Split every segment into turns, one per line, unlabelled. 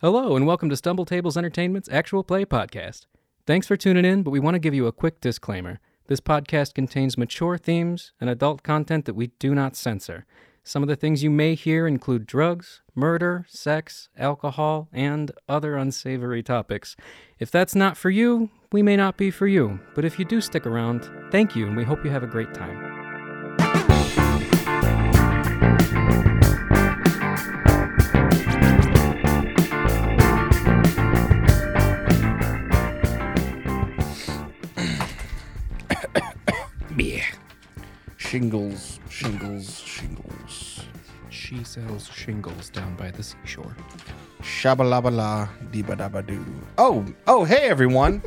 Hello, and welcome to Stumble Tables Entertainment's Actual Play Podcast. Thanks for tuning in, but we want to give you a quick disclaimer. This podcast contains mature themes and adult content that we do not censor. Some of the things you may hear include drugs, murder, sex, alcohol, and other unsavory topics. If that's not for you, we may not be for you, but if you do stick around, thank you, and we hope you have a great time.
Yeah. Shingles, shingles, shingles.
She sells shingles down by the seashore.
Shabalabala, diba daba doo. Oh, oh, hey everyone.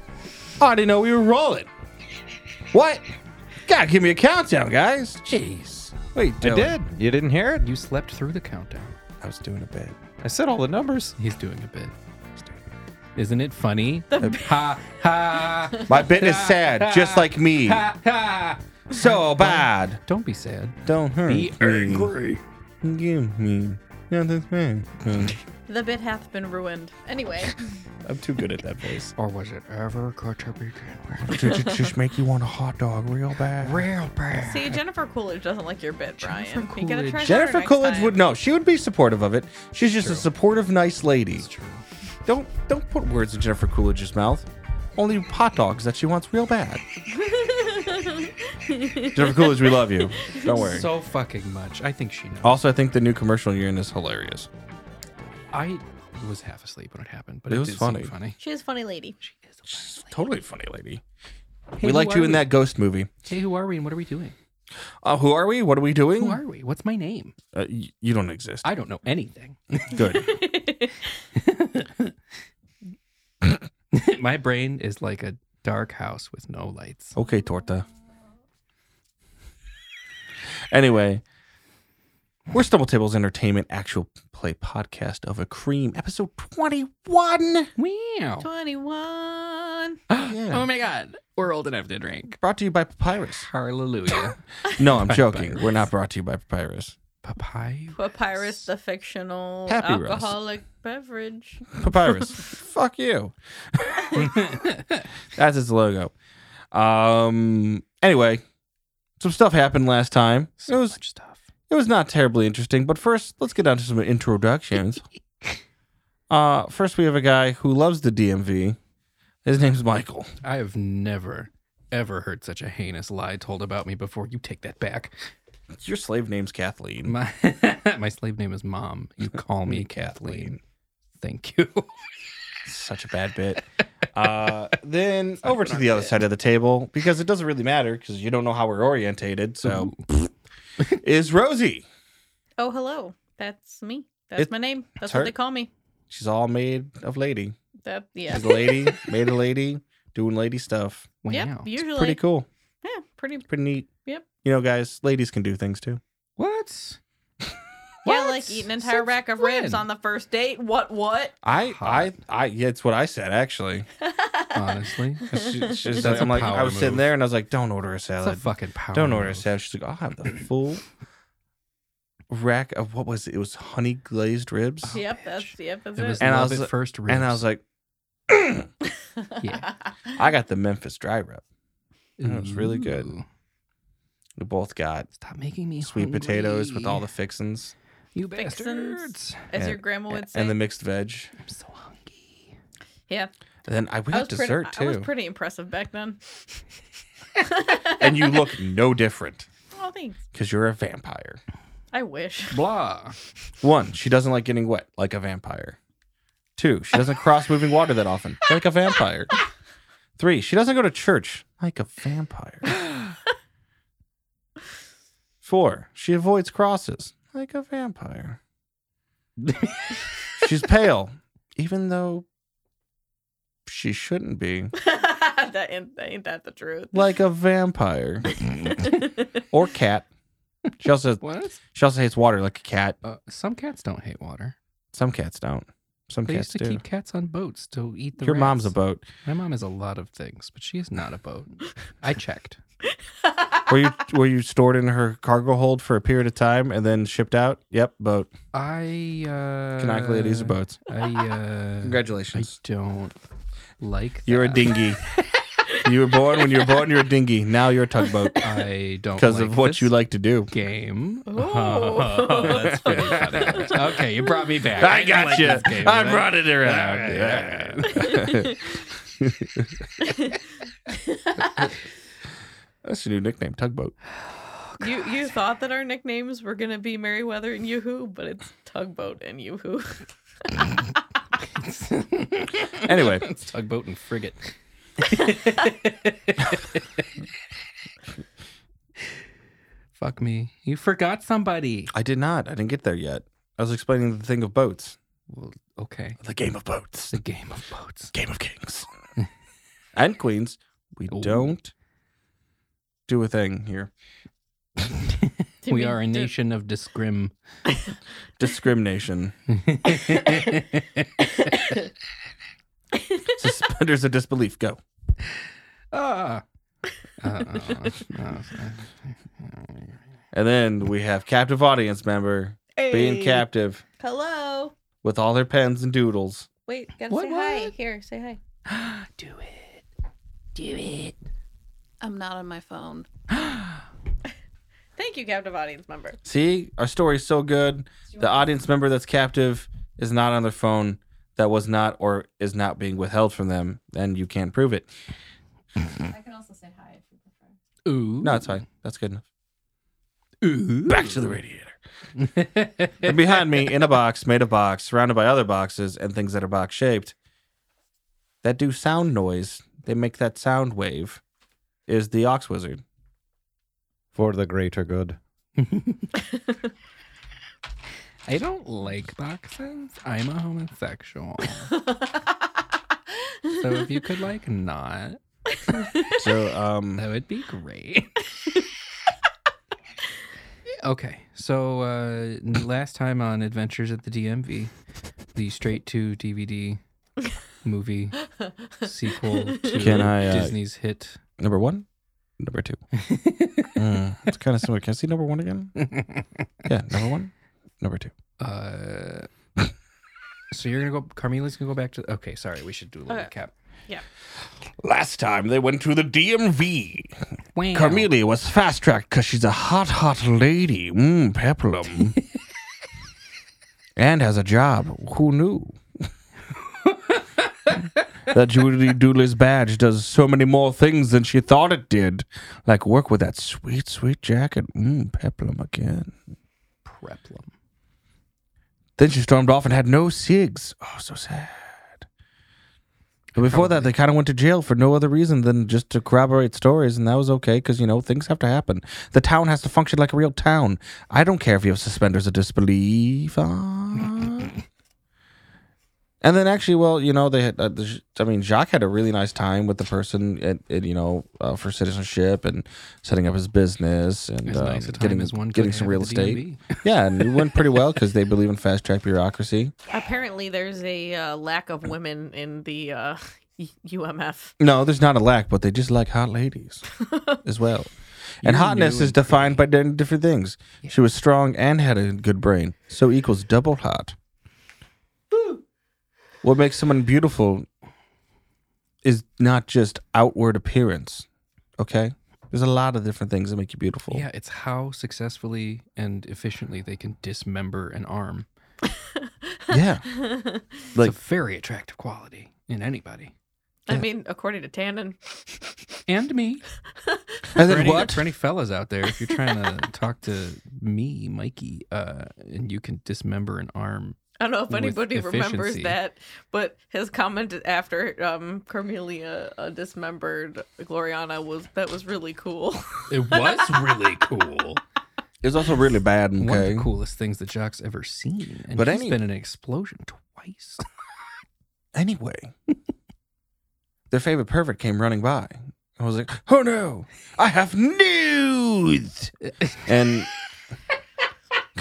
I didn't know we were rolling. What? God, give me a countdown, guys. Jeez. Wait,
I did. You didn't hear it?
You slept through the countdown.
I was doing a bit.
I said all the numbers.
He's doing a bit. Isn't it funny? ha ha
My bit is sad, just like me.
ha!
So bad.
Don't be sad.
Don't hurt.
Be angry.
Give me nothing. bad.
The bit hath been ruined. Anyway,
I'm too good at that voice.
Or was it ever good to begin with?
Just just make you want a hot dog real bad.
Real bad.
see, Jennifer Coolidge doesn't like your bit, Brian.
Jennifer
You gotta
Coolidge.
try harder
Jennifer
next
Coolidge
time.
would know. She would be supportive of it. She's just a supportive, nice lady.
It's true.
Don't don't put words in Jennifer Coolidge's mouth. Only hot dogs that she wants real bad. Jennifer Coolidge, we love you. Don't worry.
So fucking much. I think she knows.
also, I think the new commercial you're in is hilarious.
I was half asleep when it happened, but
It
it,
was
did seem
funny.
funny.
She's a funny lady.
She's totally funny lady.
Hey,
we
who
liked you
are
in
we?
that ghost movie.
Hey, who are we and what are we doing?
Uh, who are we? What are we doing?
Who are we? What's my name?
Uh, y- you don't exist.
I don't know anything.
Good.
my brain is like a dark house with no lights.
okay, torta. Anyway, we're Stumble Tables Entertainment actual play podcast of a cream episode 21.
Wow.
21.
Yeah. Um,
Oh my god. We're old enough to drink.
Brought to you by Papyrus.
Hallelujah.
No, I'm joking.
Papyrus.
We're not brought to you by Papyrus.
Papaya.
Papyrus, the fictional
Happy Ross.
alcoholic beverage.
Papyrus. Fuck you. That's its logo. Um. Anyway, some stuff happened last time. it
So
was
much stuff.
it was not terribly interesting, but first let's get down to some introductions. uh, first we have a guy who loves the DMV. His name's Michael.
I have never, ever heard such a heinous lie told about me before. You take that back.
Your slave name's Kathleen.
My my slave name is Mom. You call me Kathleen. Thank you.
Such a bad bit. Uh, then over to the other side of the table because it doesn't really matter because you don't know how we're orientated. So is Rosie.
Oh, hello. That's me. That's
It-
my name. That's
her.
what they call me.
She's all made of lady.
That yeah.
She's a lady, made a lady, doing lady stuff.
Wow.
Yep. Usually.
Pretty cool.
Yeah. Pretty.
Pretty neat.
Yep.
You know, guys, ladies can do things too.
What?
Yeah, like eat an entire
Since
rack of ribs
when?
on the first date. What? What?
I,
Hot.
I, I, yeah, it's what I said actually.
Honestly, it's
'Cause she- she's
That's
like-
a
I'm like, I
power
was sitting
move.
there and I was like, don't order a
a
salad.
fucking power.
Don't order a
move.
salad. She's like, I'll have the full rack of what was it? It was honey glazed ribs.
yep.
bitch.
That's yep. That's
It was
And I
love
was
at
like-
first ribs.
And I was like,
yeah.
I got the Memphis dry rub. it was really good.
Ooh.
We both got
Stop making me
sweet potatoes with all the
hungry.
fixins
you
Fixins.
bastards.
As
And-
your grandma would say.
and the mixed veg.
I'm so hungry.
yeah.
And then I, we
I
got
was pretty-
dessert
I was
too.
pretty impressive back then.
and you look no different
Oh, thanks.
because you're a vampire.
I wish.
Blah.
One, she doesn't like getting wet like a vampire. Two, she doesn't cross moving water that often like a vampire. Three, she doesn't go to church like a vampire. Four, she avoids crosses like a vampire. She's pale, even though she shouldn't be
that ain't, ain't that the truth?
like a vampire or cat. She also
What?
she also hates water like a cat.
Uh, some cats don't hate water.
Some cats don't. Some
They used
cats
to
do.
keep cats on boats to eat the.
Your mom's a
rats.
boat.
My mom is a lot of things, but she is not a boat. I checked.
were you were you stored in her cargo hold for a period of time and then shipped out? Yep, boat.
I uh
Canuck ladies are boats.
I uh I
Congratulations.
don't like
You're a
that.
dinghy. you were born when you were born. You're a dinghy. Now you're a tugboat
I don't
because
like
of what
this
you like to do.
game.
Ooh.
that's pretty funny. Okay, you brought me back.
I
didn't
got
like
you.
this game,
I
but
brought it around.
All
Yeah. That's your new nickname, tugboat.
you you thought that our nicknames were gonna be Merryweather and Yoo-Hoo, but it's Tugboat and Yoo-Hoo.
Anyway,
It's tugboat and frigate. Fuck me. You forgot somebody.
I did not. I didn't get there yet. I was explaining the thing of boats,
Well, okay.
the game of boats,
The game of boats.
game of kings and queens. We
Ooh.
don't do a thing here.
Did
we are a
did-
nation of discrim.
Discrimination. Suspenders of disbelief. Go.
ah. Uh,
And then we have captive audience member being
Hey.
captive
Hello.
with all their pens and doodles.
Wait, gotta
What,
say hi.
what?
Here, say hi.
Do it. Do it.
I'm not on my phone. Thank you, captive audience member.
See, our story's so good. The audience member that's captive is not on their phone. That was not or is not being withheld from them, and you can't prove it.
I can also say hi if you prefer.
Ooh.
No, it's fine. That's good enough.
Ooh.
Back to the radiator. and behind me, in a box, made of box, surrounded by other boxes and things that are box shaped, that do sound noise, they make that sound wave, is the Ox Wizard.
For the greater good.
I don't like boxes. I'm a homosexual. so if you could like not,
So, um,
that would be great. okay, so uh, last time on Adventures at the DMV, the straight to DVD movie sequel to
Can I, uh,
Disney's hit.
Number one, number two. Mm, it's kind of similar. Can I see number one again? Yeah, number one, number two.
Uh, so you're gonna go. Carmela's gonna go back to. Okay, sorry. We should do a little
Okay.
recap.
Last time they went to the DMV.
Wow.
Carmelia was fast tracked because she's a hot, hot lady. Mmm, peplum. and has a job. Who knew? that Judy Dooley's badge does so many more things than she thought it did, like work with that sweet, sweet jacket. Mmm, peplum again.
Preplum.
Then she stormed off and had no SIGs. Oh, so sad. But before that, they kind of went to jail for no other reason than just to corroborate stories, and that was okay because, you know, things have to happen. The town has to function like a real town. I don't care if you have suspenders of disbelief. Ah. and then actually, well, you know, they had, uh, the- I mean, Jacques had a really nice time with the person, at, at, you know, uh, for citizenship and setting up his business and
As
um,
nice a time
getting,
as one could
getting some
have
real
at the
estate.
DMV.
Yeah, and it went pretty well because they believe in fast track bureaucracy.
Apparently, there's a uh, lack of women in the uh, UMF.
No, there's not a lack, but they just like hot ladies as well. And
You're
hotness
new
is
and
defined by di- different things. She was strong and had a good brain, so equals double hot. What makes someone beautiful is not just outward appearance, okay? There's a lot of different things that make you beautiful.
Yeah, it's how successfully and efficiently they can dismember an arm.
Yeah. Like-
it's a very attractive quality in anybody.
I mean, according to Tannen.
And me.
And
For
then
any,
what?
For any fellas out there, if you're trying to talk to me, Mikey, uh, and you can dismember an arm.
I don't know if
With
anybody remembers
efficiency.
that, but his comment after um, Carmelia uh, dismembered Gloriana was that was really cool.
It was really cool.
It's also really bad,
One of
okay?
the coolest things that Jock's ever seen. And
But
but
any-
been in an explosion twice.
Anyway, their favorite pervert came running by. I was like, "Oh no, I have news!" and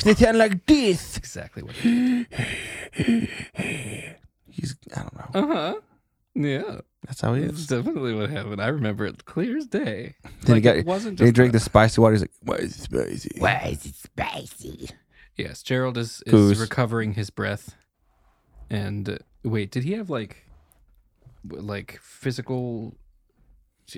they sound like this.
exactly what it
He's, I don't know.
Uh huh. Yeah.
That That's how he
It's
is.
definitely what happened. I remember it clear as day.
Then he got-
it wasn't
He
just
drank
that.
the spicy water. He's like, why is it spicy?
is it spicy?
Yes, Gerald is, is
Coos.
recovering his breath. And uh, wait, did he have like w- like physical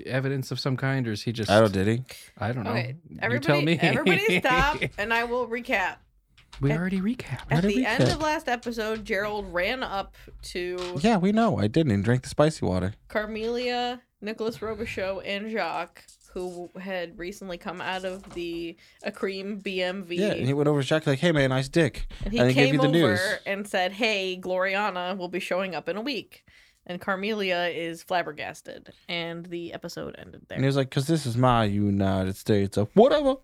evidence of some kind or is he just
I don't. Did he?
I don't know.
Okay,
you tell
everybody,
me.
everybody stop, and I will recap.
we already recapped.
At
did
the
we
end
get?
of last episode, Gerald ran up to
Yeah, we know. I didn't. He drank the spicy water.
Carmelia, Nicholas Robichaux, and Jacques, who had recently come out of the a cream BMV.
Yeah, and he went over to Jack like, "Hey man, nice dick."
And he
and he gave
came
you the
over
news.
and said, Hey, Gloriana will be showing up in a week. And Carmelia is flabbergasted. And the episode ended there.
And he was like, "Cause this is my United States of whatever."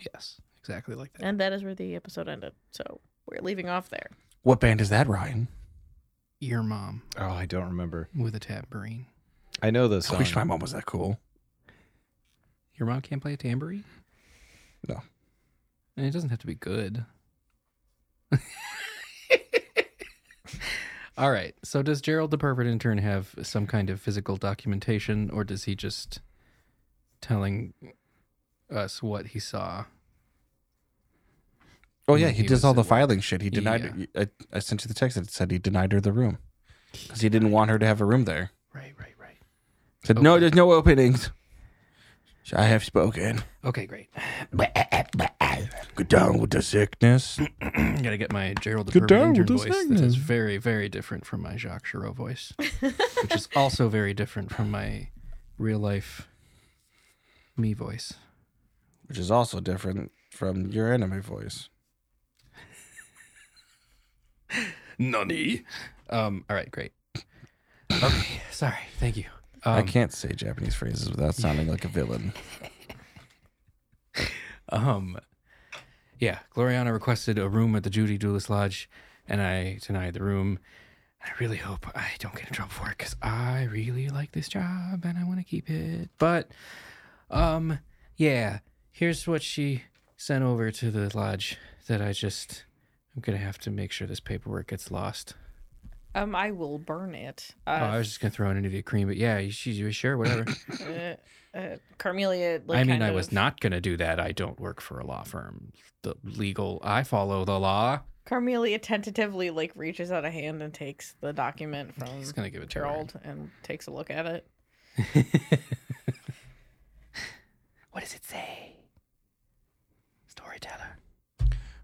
Yes, exactly like that.
and that is where the episode ended. So we're leaving off there.
What band is that, Ryan?
Your mom
Oh, I don't remember.
with a tambourine.
I know this.
I
Song.
wish my mom was that cool.
Your mom can't play a tambourine?
No.
And it doesn't have to be good. All right. So does Gerald the pervert intern have some kind of physical documentation or does he just telling us what he saw?
Oh
When
yeah, he,
he was
does all
at
the
work.
filing shit. He denied. I, I sent you the text that said he denied her the room because he didn't want her to have a room there.
Right, right, right.
Said no,
Okay.
there's no openings. So I have spoken.
Okay, great.
Get down with the sickness.
got to get my Gerald the
Get
pervert
down
intern
with this
voice
thing,
that is
then.
very, very different from my Jacques Chirac voice, which is also very different from my real life me voice.
Which is also different from your enemy voice.
Nani. Um, all right, great. Okay, sorry. Thank you. Um,
I can't say Japanese phrases without sounding like a villain.
Um, yeah, Gloriana requested a room at the Judy Doulis Lodge, and I denied the room. I really hope I don't get in trouble for it because I really like this job and I want to keep it. But, um, yeah, here's what she sent over to the lodge that I just. I'm gonna have to make sure this paperwork gets lost.
Um, I will burn it.
Oh, I
Uh,
was just gonna throw it into the cream, but yeah, she sure, whatever.
uh, uh, Carmelia, like,
I mean,
kind
I
of-
was not going to do that. I don't work for a law firm. The legal, I follow the law.
Carmelia tentatively like reaches out a hand and takes the document from
He's going to give it to her.
Gerald and takes a look at it.
What does it say? Storyteller,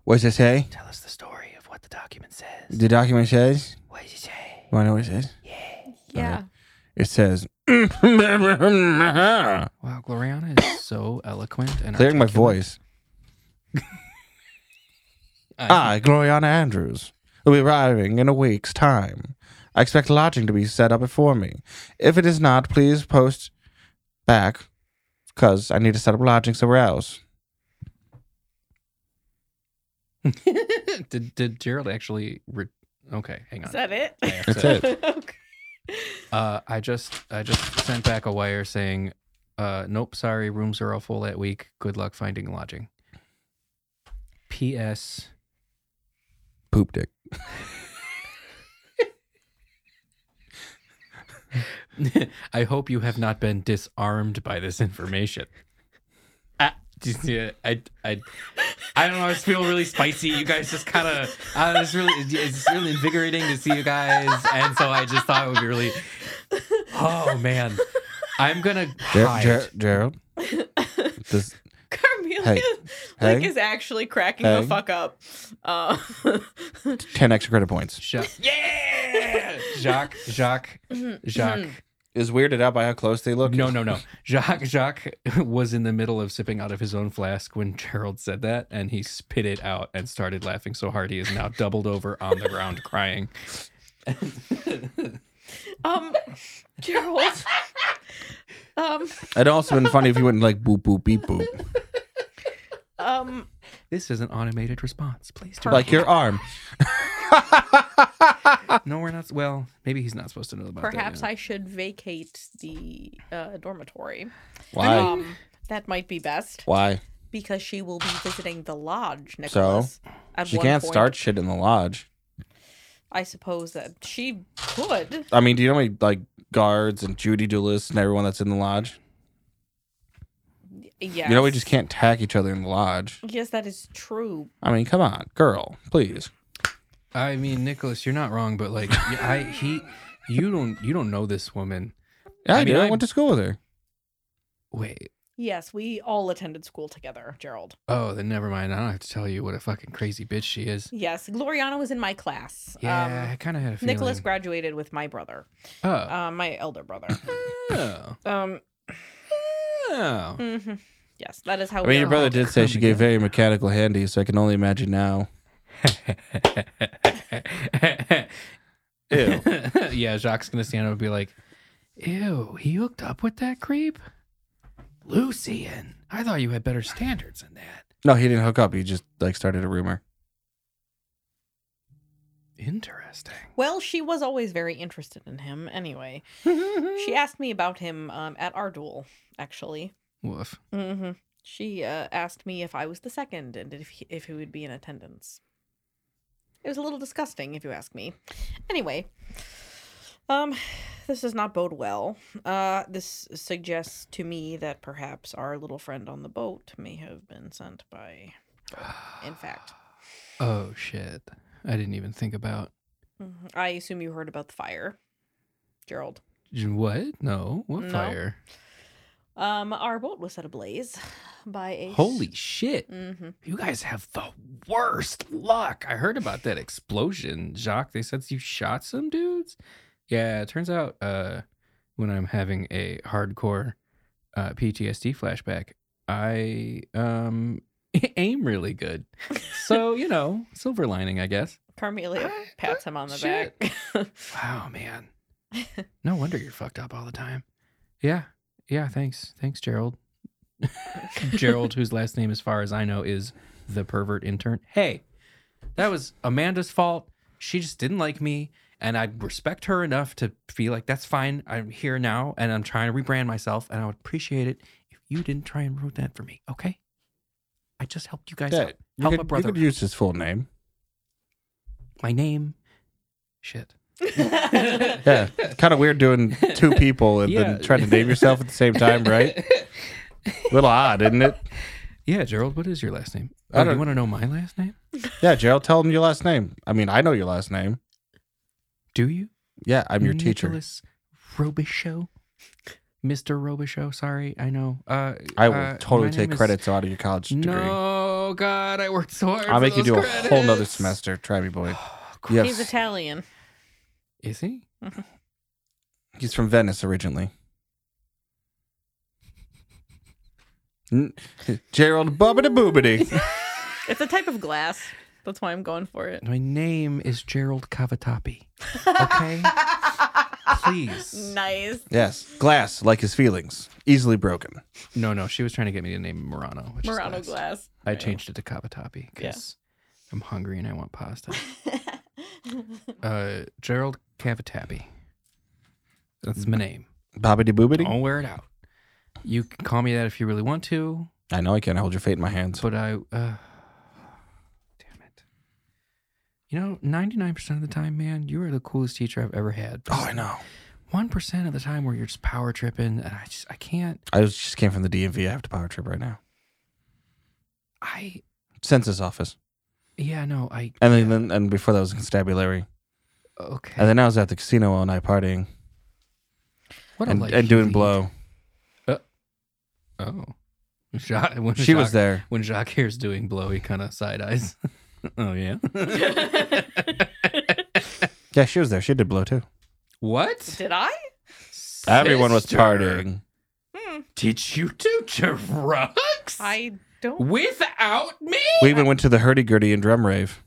What's it say?
tell us the story of what the document says.
The document says.
What does it say?
You want to know what it says?
Yeah.
It says. Clearing
Wow, Gloriana is so eloquent and
my
articulate.
voice.
I-
I, Gloriana Andrews, will be arriving in a week's time. I expect lodging to be set up before me. If it is not, please post back, because I need to set up lodging somewhere else.
did did Gerald actually? Re- okay, hang on.
Is that it?
Yeah,
That's it.
Okay.
Uh, I just I just sent back a wire saying, uh, nope, sorry, rooms are all full that week. Good luck finding lodging. P.S.
Poop dick.
I hope you have not been disarmed by this information. I, just, yeah, I, I, I don't know. I just feel really spicy. You guys just kind of, I was really, it's really invigorating to see you guys, and so I just thought it would be really. Oh man, I'm gonna
Ger-
hide.
Ger- Gerald? This,
Carmelia
Hey.
like
Hey.
is actually cracking the
Hey.
fuck up. Uh,
10 extra credit points.
Ja- yeah, Jacques, Jacques,
Mm-hmm.
Jacques.
Is weirded out by how close they look.
No, no, no. Jacques Jacques was in the middle of sipping out of his own flask when Gerald said that, and he spit it out and started laughing so hard he is now doubled over on the ground crying.
um, Gerald. um,
It'd also been funny if you wouldn't like boop, boop, beep, boop.
um,
This is an automated response. Please do.
Like your arm.
no, we're not. Well, maybe he's not supposed to know about that.
perhaps
yeah.
I should vacate the uh, dormitory.
Why?
Um, that might be best
Why?
because she will be visiting the lodge, Nicholas. at
She
one
can't
point.
start shit in the lodge.
I suppose that she could.
I mean, do you know how many like guards and Judy Doolis and everyone that's in the lodge.
Yes.
You know, we just can't attack each other in the lodge.
Yes, that is true.
I mean, come on, girl, please.
I mean, Nicholas, you're not wrong, but like, y- I he, you don't you don't know this woman.
Yeah, I,
I mean,
do. I
I'm-
went to school with her.
Wait,
Yes, we all attended school together, Gerald.
oh, then never mind. I don't have to tell you what a fucking crazy bitch she is.
Yes, Gloriana was in my class.
Yeah, I
Um,
kind of had a feeling.
Nicholas graduated with my brother,
oh.
uh, my elder brother.
oh,
um,
oh.
mhm. Yes, that is how.
I mean, your brother did say she
come
gave very mechanical handy, so I can only imagine now. Ew.
yeah, Jacques gonna stand up and be like, "Ew, he hooked up with that creep, Lucian. I thought you had better standards than that."
No, he didn't hook up. He just like started a rumor.
Interesting.
Well, she was always very interested in him. Anyway, she asked me about him um, at our duel, actually.
Woof.
hmm She uh, asked me if I was the second and if he, if he would be in attendance. It was a little disgusting, if you ask me. Anyway, um, this does not bode well. Uh, this suggests to me that perhaps our little friend on the boat may have been sent by. In fact,
Oh shit! I didn't even think about
Mhm. I assume you heard about the fire, Gerald.
what. No, what
No.
fire?
Um, our boat was set ablaze by a
Holy shit!
Mm-hmm.
You guys have the worst luck. I heard about that explosion, Jacques. They said you shot some dudes. Yeah, it turns out uh, when I'm having a hardcore uh, PTSD flashback, I um, aim really good. So, you know, silver lining, I guess.
Carmelia pats him on the
Shit.
back.
Wow, man. No wonder you're fucked up all the time. Yeah. Yeah. Thanks. Thanks, Gerald. Gerald, whose last name, as far as I know, is the pervert intern. Hey, that was Amanda's fault. She just didn't like me. And I respect her enough to feel like that's fine. I'm here now and I'm trying to rebrand myself. And I would appreciate it if you didn't try and ruin that for me. Okay. I just helped you guys
Yeah,
out.
you
Help
could-
a brother.
You could use his full name.
My name. Shit.
Yeah, kind of weird doing two people and
Yeah.
then trying to name yourself at the same time, right? A little odd, isn't it?
Yeah, Gerald, what is your last name?
I
Oh, do you
don't-
want to know my last name?
Yeah, Gerald, tell him your last name. I mean, I know your last name.
Do you?
Yeah, I'm your teacher.
Nicholas Robichaux. Mr. Robichaux, sorry, I know. Uh,
I will
uh,
totally
my
take
name is-
credits out of your college degree.
No, God, I worked so hard.
I'll
for
make you do
those
a whole nother
credits.
semester. Try me, boy.
Oh,
You have-
He's Italian.
Is he?
He's from Venice originally. N- Gerald Bubbity Boobity.
It's a type of glass. That's why I'm going for it.
My name is Gerald Cavatappi. Okay, please.
nice.
yes, glass like his feelings, easily broken.
No, no, she was trying to get me to name Murano. Which
Murano
is last.
glass.
I changed it to Cavatappi because I'm hungry and I want pasta. uh, Gerald Cavatappi. That's my name.
Bobbity Boobity.
Don't wear it out. You can call me that if you really want to,
I know I can't hold your fate in my hands.
but I. Uh, damn it. You know, 99% of the time, man, you are the coolest teacher I've ever had.
Oh, I know.
1% of the time where you're just power tripping, and I just, I can't.
I was, just came from the DMV. I have to power trip right now.
I,
Census office.
yeah, no, I,
And then, then and before that was constabulary.
okay.
And then I was at the casino all night partying
what a
and,
life
and
you
doing
lead.
blow.
Oh. Jacques, when
She was
Jacques-
there.
When Jacques hears doing blow, he kind of side eyes. oh, yeah.
Yeah, she was there. She did blow too.
what?
Did I?
Everyone was
Sister,
partying.
Hmm.
Did you do drugs?
I don't.
Without me?
We even went to the hurdy gurdy and drum rave.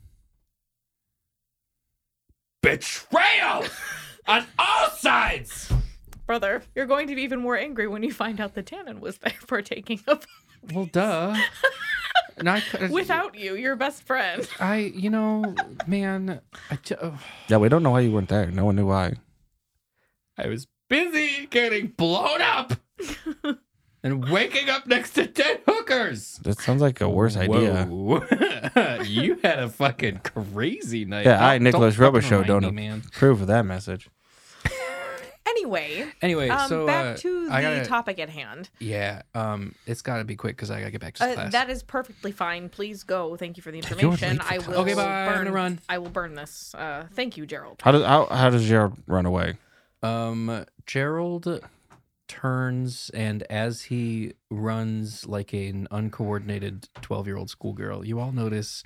Betrayal on all sides.
Brother, you're going to be even more angry when you find out the Tannen was there partaking of.
Well, duh. And I,
Without you, your best friend.
I, you know, man, I, ju- oh.
Yeah, we don't know why you weren't there. No one knew why.
I was busy getting blown up and waking up next to dead hookers.
That sounds like a worse idea.
Whoa. you had a fucking crazy night.
Yeah, I,
Don't-
Nicholas
don't fucking
Robichaux,
remind
don't
me,
ap-
man.
Proof of that message.
Anyway,
Anyway,
um,
so
back
uh,
to the
I gotta-
topic at hand.
Yeah, um, it's got to be quick because I gotta get back to
Uh,
class.
that is perfectly fine. Please go. Thank you for the
You're late
information.
for
I
class.
will
Okay, bye. I'm
burn,
gonna run.
I will burn this. Uh, thank you, Gerald.
How does how, how does Jared run away?
Um, Gerald turns, and as he runs like an uncoordinated 12 year old schoolgirl, you all notice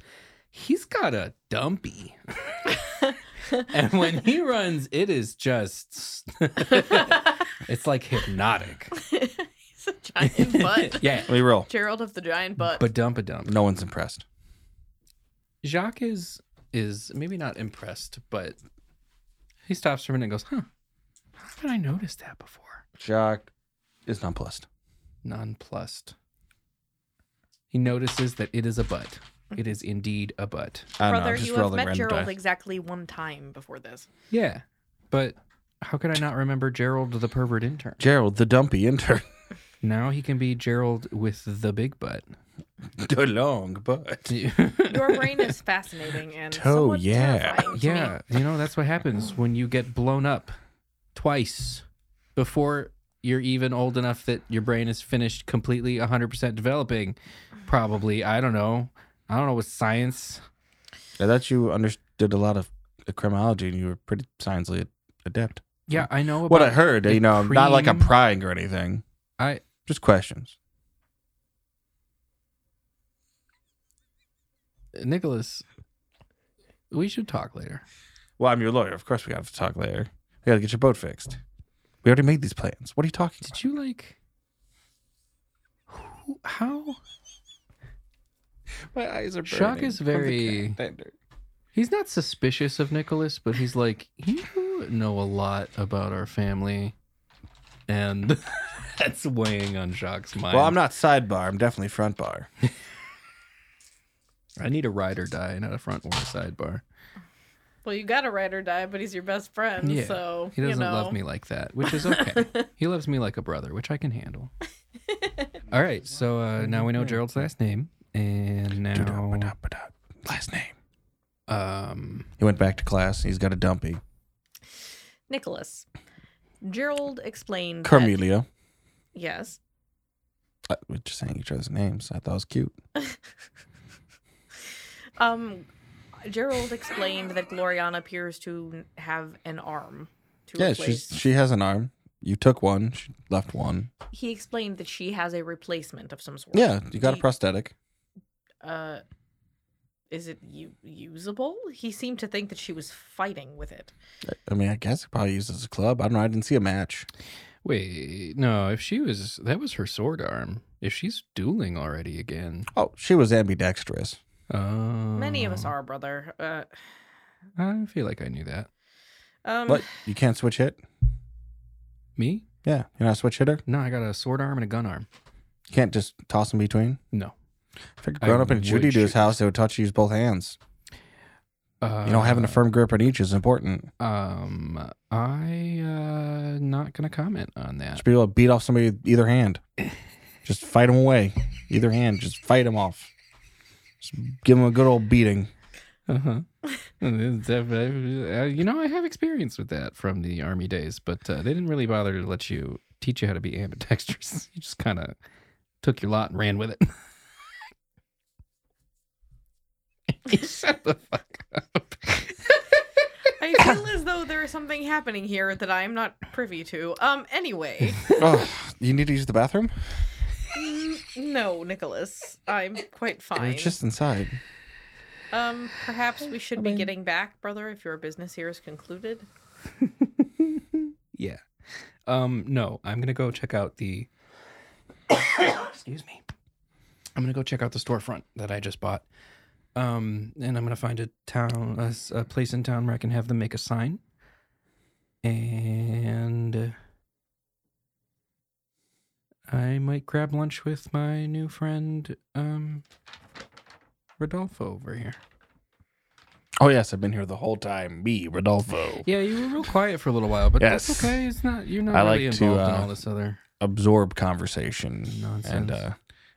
he's got a dumpy. and when he runs, it is just, it's like hypnotic.
He's a giant butt.
yeah.
Let me roll.
Gerald of the giant butt.
But dump a dump.
No one's impressed.
Jacques is is maybe not impressed, but he stops for a minute and goes, huh, how haven't I noticed that before?
Jock is nonplussed.
nonplussed. He notices that it is a butt. It is indeed a butt.
I don't know.
Brother,
I'm just
you have
rolling
met
random
Gerald
dice.
exactly one time before this.
Yeah, but how could I not remember Gerald the pervert intern?
Gerald, the dumpy intern.
Now he can be Gerald with the big butt.
the long butt.
Your brain is fascinating and
Toe,
somewhat
yeah.
terrifying to me.
Oh, yeah, you know that's what happens when you get blown up twice before you're even old enough that your brain is finished completely 100% developing. Probably, I don't know. I don't know what science.
I thought you understood a lot of criminology and you were pretty science adept.
Yeah, I know. About
What I heard,
the
you know, not like I'm
cream.
prying or anything.
I
Just questions.
Nicholas, we should talk later.
Well, I'm your lawyer. Of course, we got to talk later. We got to get your boat fixed. We already made these plans. What are you talking about?
Did you like who how
My eyes are
Shock is very- he's not suspicious of Nicholas, but he's like, you know a lot about our family. And that's weighing on Jacques' mind.
Well, I'm not sidebar. I'm definitely front bar.
I need a ride or die, not a front or a sidebar.
Well, you got to ride or die, but he's your best friend,
Yeah.
so
He doesn't
you know.
love me like that, which is okay. he loves me like a brother, which I can handle. All right, so uh, now we know Gerald's last name, and now
Ba-da-ba-da-ba-da. Last name.
um,
He went back to class. He's got a dumpy.
Nicholas. Gerald explained. that-
Carmelia.
Yes.
Uh, We're just saying each other's names. I thought it was cute.
Um, Gerald explained that Gloriana appears to have an arm. To
Yeah,
replace.
she's, she has an arm. You took one. She left one.
He explained that she has a replacement of some sort.
Yeah, you got a
He-
prosthetic.
Uh, is it u- usable? He seemed to think that she was fighting with it.
I mean, I guess it probably used as a club. I don't know. I didn't see a match.
Wait, no, if she was that was her sword arm. If she's dueling already again.
Oh, she was ambidextrous.
Oh.
Many of us are, brother. Uh,
I feel like I knew that.
um,
What? You can't switch hit?
Me?
Yeah. You're not a switch hitter?
No, I got a sword arm and a gun arm.
You can't just toss in between?
No.
I figured
I
growing up in
would
Judy Doo's
shoot.
house, they would taught you to use both hands.
Uh,
you know, having a firm grip on each is important.
Um, I uh, not gonna comment on that.
Just be able to beat off somebody with either hand. just fight them away. Either hand. Just fight them off. Just give them a good old beating.
Uh huh. uh, you know, I have experience with that from the army days, but uh, they didn't really bother to let you teach you how to be ambidextrous. You just kind of took your lot and ran with it. Shut the fuck up.
I feel as though there is something happening here that I am not privy to. Um, anyway,
oh, you need to use the bathroom?
N- no, Nicholas, I'm quite fine.
It's just inside.
Um, perhaps we should be getting back, brother, if your business here is concluded.
Yeah. Um, no, I'm gonna go check out the excuse me. I'm gonna go check out the storefront that I just bought. Um, and I'm gonna find a town a s- a, place in town where I can have them make a sign. And uh, I might grab lunch with my new friend, um Rodolfo over here.
Oh, yes. I've been here the whole time. Me, Rodolfo.
Yeah, you were real quiet for a little while, but that's
Yes.
okay. It's not you're not
I
really
like to,
involved in
uh,
all this other
Absorb conversation
Nonsense.
and uh,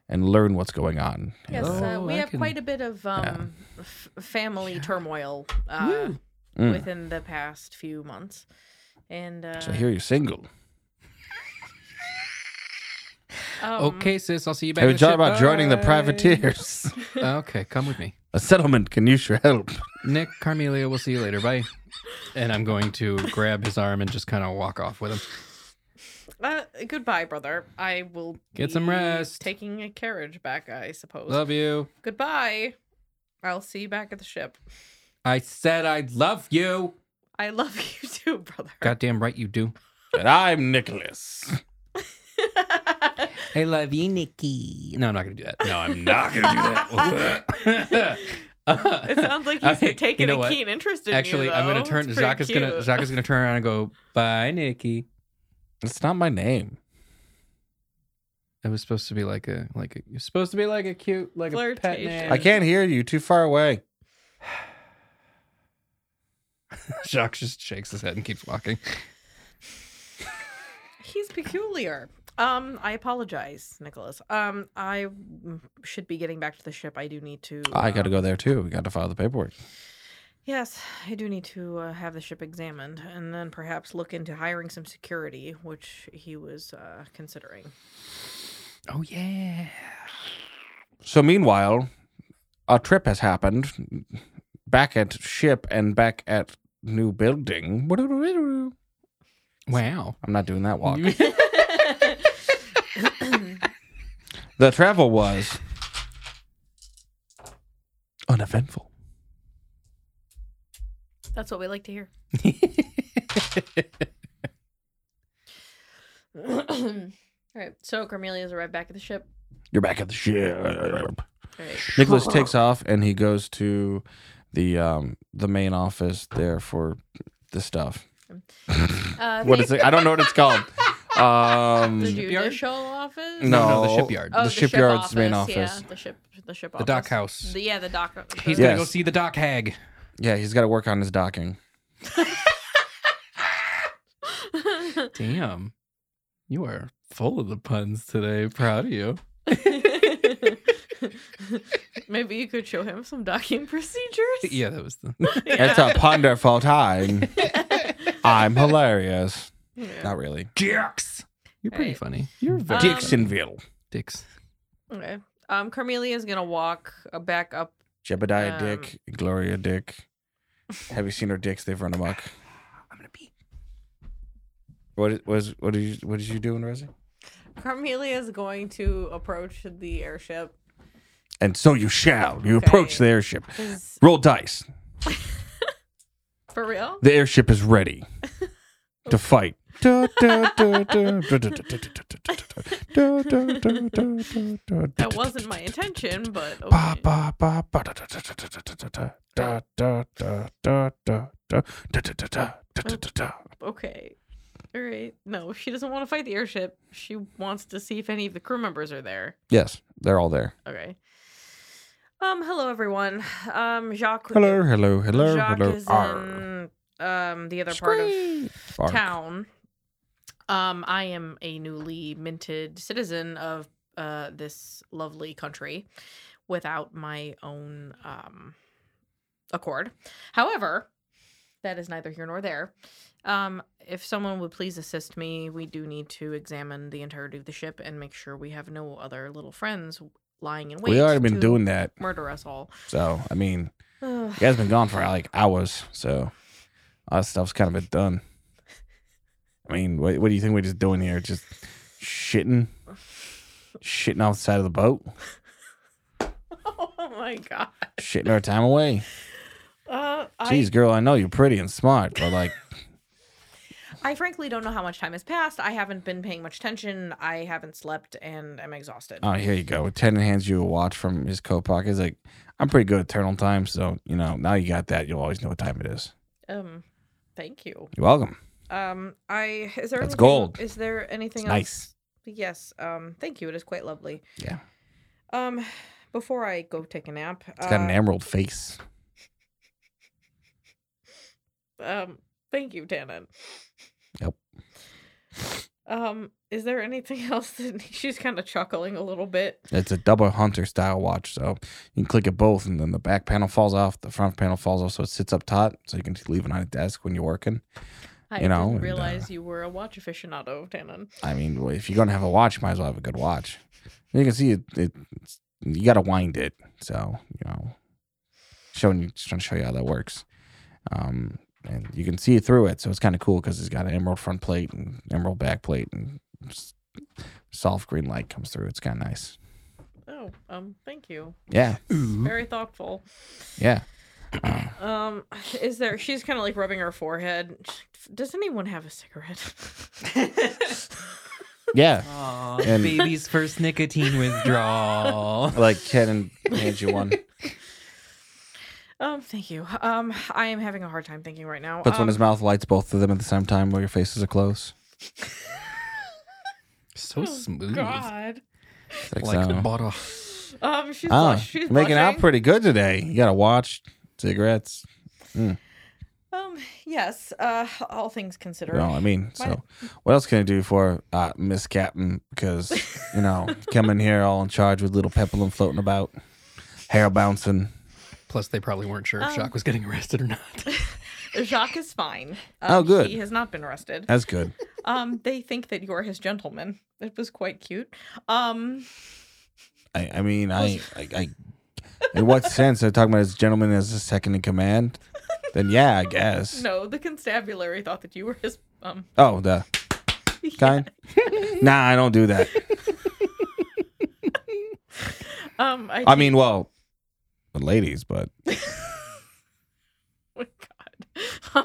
and learn what's going on.
Yes, uh,
Oh,
we
I
have
can-
quite a bit of um, f- family turmoil uh,
Mm.
within the past few months. And uh,
So I hear you're single.
um,
okay, sis, I'll see you back.
Have you
in the
thought
ship.
about joining the
Bye.
privateers?
Okay, come with me.
A settlement can use your help.
Nick, Carmelia, we'll see you later. Bye. And I'm going to grab his arm and just kind of walk off with him.
Uh, goodbye, brother. I will
Get some
be
rest.
Taking a carriage back, I suppose.
Love you.
Goodbye. I'll see you back at the ship.
I said I love you.
I love you too, brother.
Goddamn right you do.
But I'm Nicholas.
I love you, Nikki. No, I'm not gonna do that. No, I'm not gonna do that.
it sounds like he's
Okay,
taking
you know
a
what?
keen interest in
Actually,
you.
I'm gonna
though.
turn.
It's pretty
Zach is gonna.
cute.
Zach is gonna turn around and go. Bye, Nikki.
It's not my name.
It was supposed to be like a like a, you're supposed to be like a cute like a pet
Flirtation.
name.
I can't hear you. Too far away.
Jacques just shakes his head and keeps walking.
He's peculiar. Um, I apologize, Nicholas. Um, I should be getting back to the ship. I do need to.
I got to
um,
go there too. We got to file the paperwork.
Yes, I do need to uh, have the ship examined and then perhaps look into hiring some security, which he was uh, considering.
Oh yeah.
So meanwhile, a trip has happened back at ship and back at new building. I'm
Wow.
not doing that walk. The travel was uneventful.
That's what we like to hear. All right, so Carmelia's arrived back at the ship.
You're back at the ship.
All right.
Nicholas takes off and he goes to the um the main office there for the stuff.
Uh,
What is it? I don't know what it's called. Um,
The
no,
judicial office?
No, no, the shipyard.
Oh,
the,
ship
shipyard's main
office,
office.
Yeah, the ship, the ship
The
office.
dock house.
The- yeah, the dock.
He's
the-
gonna go
Yes.
see the dock hag.
Yeah, he's got to work on his docking.
Damn. You are full of the puns today. Proud of you.
Maybe you could show him some docking procedures.
Yeah, that was the
It's a wonderful time. I'm hilarious.
Yeah.
Not really.
Dicks. You're pretty
Right.
funny. You're very
Um,
Dixonville.
dicks.
Okay. Um, Carmelia's gonna walk uh, back up.
Jebediah
um,
Dick. Gloria Dick. Have you seen her dicks? They've run amok.
I'm gonna be.
What was what did you what did you do in Resi?
Carmelia's going to approach the airship.
And so you shall. You
Okay.
approach the airship.
'cause-
Roll dice.
For real?
The airship is ready to fight. Da, da, da, da, da, da, da, da, da, da, da, da, da, da, da, da, da.
That wasn't my intention, but
Ba,
okay.
ba, ba, ba, da, da, da, da, da, da, da, da, da, da, da, da, da, da, da, da, da, da, da, da, da.
okay. All right. No, she doesn't want to fight the airship. She wants to see if any of the crew members are there.
Yes, they're all there.
Okay. Um, hello everyone. Um, Jacques.
Hello, hello, hello,
Jacques
hello.
is
Arr.
in um the other part
Bark.
of town. Um, I am a newly minted citizen of uh this lovely country, without my own um accord. However, that is neither here nor there. Um, if someone would please assist me, we do need to examine the entirety of the ship and make sure we have no other little friends lying in wait.
We already been
to
doing that.
murder us all. Oh
So, I mean,
Ugh.
you guys been gone for like hours. So, all that stuff's kind of been done. I mean, what, what do you think we're just doing here? Just shitting? Shitting off the side of the boat?
Oh my god.
Shitting our time away?
Uh,
Jeez,
I,
girl, I know you're pretty and smart, but like,
I frankly don't know how much time has passed. I haven't been paying much attention. I haven't slept and I'm exhausted.
oh, here you go. Tendon hands you a watch from his coat pocket. He's like, I'm pretty good at eternal time. So, you know, now you got that. You'll always know what time it is.
um, thank you.
You're welcome.
Um, I is there
That's
anything-
gold.
Is there anything
It's
else?
nice.
Yes. Um, thank you. It is quite lovely.
Yeah.
Um, before I go take a nap,
It's got an
uh,
emerald face.
Um, thank you, Tannen.
Yep.
Um, is there anything else that she's kind of chuckling a little bit?
It's a double hunter style watch, so you can click it both, and then the back panel falls off, the front panel falls off, so it sits up top, so you can just leave it on a desk when you're working.
I
You know,
didn't
and, uh,
realize you were a watch aficionado, Tannen.
I mean, well, if you're gonna have a watch, you might as well have a good watch. You can see it. it it's, you got to wind it, so you know, showing you, just trying to show you how that works. Um, and you can see through it, so it's kind of cool because it's got an emerald front plate and emerald back plate, and s- soft green light comes through. It's kind of nice.
Oh, um, thank you.
Yeah,
Very thoughtful.
yeah.
Um, is there? She's kind of like rubbing her forehead. Does anyone have a cigarette?
Yeah.
Aw,
And-
baby's first nicotine withdrawal.
Like Ken and hands you one.
um, thank you. Um, I am having a hard time thinking right now.
Puts
um,
one in his mouth, lights both of them at the same time while your faces are close.
Oh,
So smooth.
oh, God.
Like,
Like
so.
butter.
Um, she's,
Oh,
blush- she's
you're making out
blushing.
pretty good today. You got a watch, cigarettes.
Um, yes. Uh, all things considered.
You know what I mean?
Why-
So, what else can I do for uh, Miss Captain? Because, you know, coming here all in charge with little peplum floating about, hair bouncing.
Plus, they probably weren't sure if
Um,
Shock was getting arrested or not.
Jacques is fine. Um,
Oh, good.
He has not been arrested.
That's good.
Um, they think that you're his gentleman. It was quite cute. Um,
I, I mean, I, I, I, in what sense? They're talking about this gentleman as a second in command? Then, yeah, I guess.
no, the constabulary thought that you were his. Um,
Oh, the kind? Nah, I don't do that.
um, I,
I mean, well, the ladies, but
Oh my God.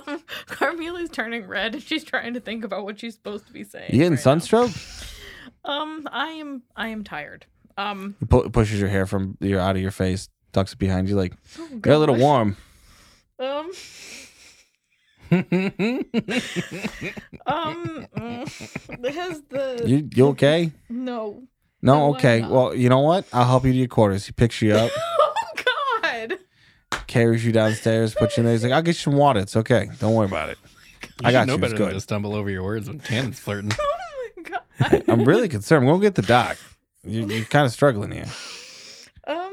Um, Carmela's turning red and she's trying to think about what she's supposed to be saying.
you getting
right now.
sunstroke?
Um, I am I am tired. Um,
He pu- pushes your hair from your out of your face, ducks it behind you, like
oh
you're a little
gosh.
warm.
Um, um, mm, has the
You you okay?
no? No,
No,
I'm
okay.
not.
Well, you know what? I'll help you to your quarters. He picks you up,
Oh God!
carries you downstairs, puts you in there. He's like, I'll get you some water. It's okay. Don't worry about it. I
should
got
know
you. It's
better than to
good.
stumble over your words when Tannen's flirting.
Oh my God!
I'm really concerned. We'll get the doc. You, you're kind of struggling here.
Um,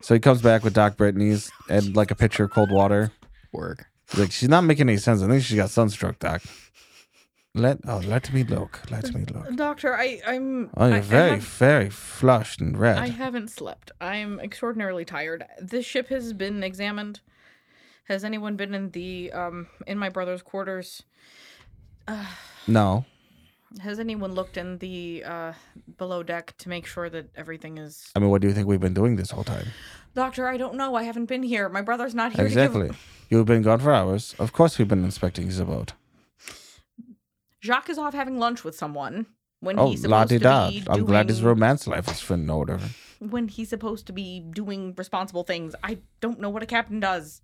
So he comes back with Doc Brittany's and like a pitcher of cold water.
Work.
He's like, she's not making any sense. I think she got sunstroke, Doc. Let oh, let me look. Let me look.
Doctor, I I'm
Oh,
I-
you're
I
very,
have-
very flushed and red.
I haven't slept. I'm extraordinarily tired. This ship has been examined. Has anyone been in the um in my brother's quarters?
no.
Has anyone looked in the uh below deck to make sure that everything is
I mean, what do you think we've been doing this whole time?
Doctor, I don't know. I haven't been here. My brother's not here to
Exactly.
give
You've been gone for hours. Of course, we've been inspecting his boat.
Jacques is off having lunch with someone when
Oh,
he's
la
supposed
di
to
da.
be
I'm glad his
doing-
romance life is in order.
when he's supposed to be doing responsible things. I don't know what a captain does.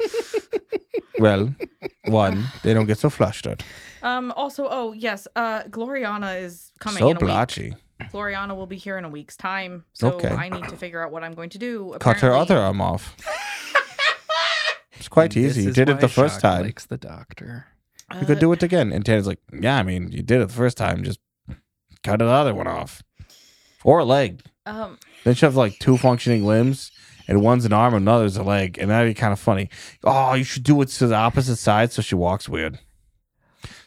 Well, one, they don't get so flustered.
Um also, oh yes, uh Gloriana is coming
so
in a week.
blotchy.
Gloriana will be here in a week's time, so
Okay.
I need to figure out what I'm going to do.
Cut her
Apparently-
other arm off. it's quite easy. You did it the first time.
Likes the doctor.
You could do it again. And Tanner's like, yeah, I mean, you did it the first time. Just cut the other one off. Or a leg.
Um,
Then she has like two functioning limbs, and one's an arm, and another's a leg, and that'd be kind of funny. Oh, you should do it to the opposite side so she walks weird.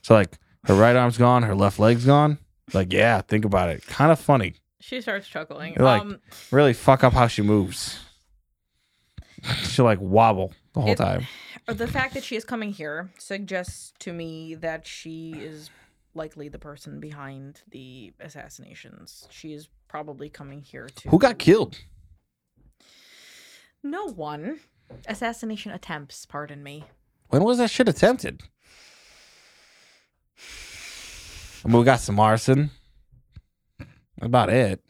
So like her right arm's gone, her left leg's gone. Like yeah, think about it. Kind of funny.
she starts chuckling.
You're like,
um,
Really fuck up how she moves. She like wobble the whole
It-
time.
the fact that she is coming here suggests to me that she is likely the person behind the assassinations. She is probably coming here to.
Who got killed?
No one. Assassination attempts. Pardon me.
When was that shit attempted? I mean, we got some arson. About it.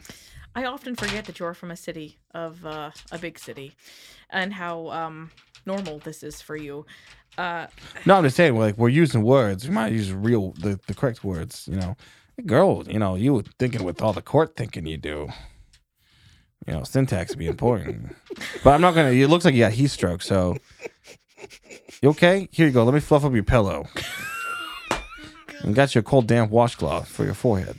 I often forget that you're from a city of uh, a big city, and how um normal this is for you. Uh,
No, I'm just saying, like, we're using words. We might use real, the, the correct words, you know. Girl, you know, you were thinking with all the court thinking you do. You know, syntax be important. but I'm not going to, it looks like you got heat stroke, so. You okay? Here you go. Let me fluff up your pillow. and got you a cold, damp washcloth for your forehead.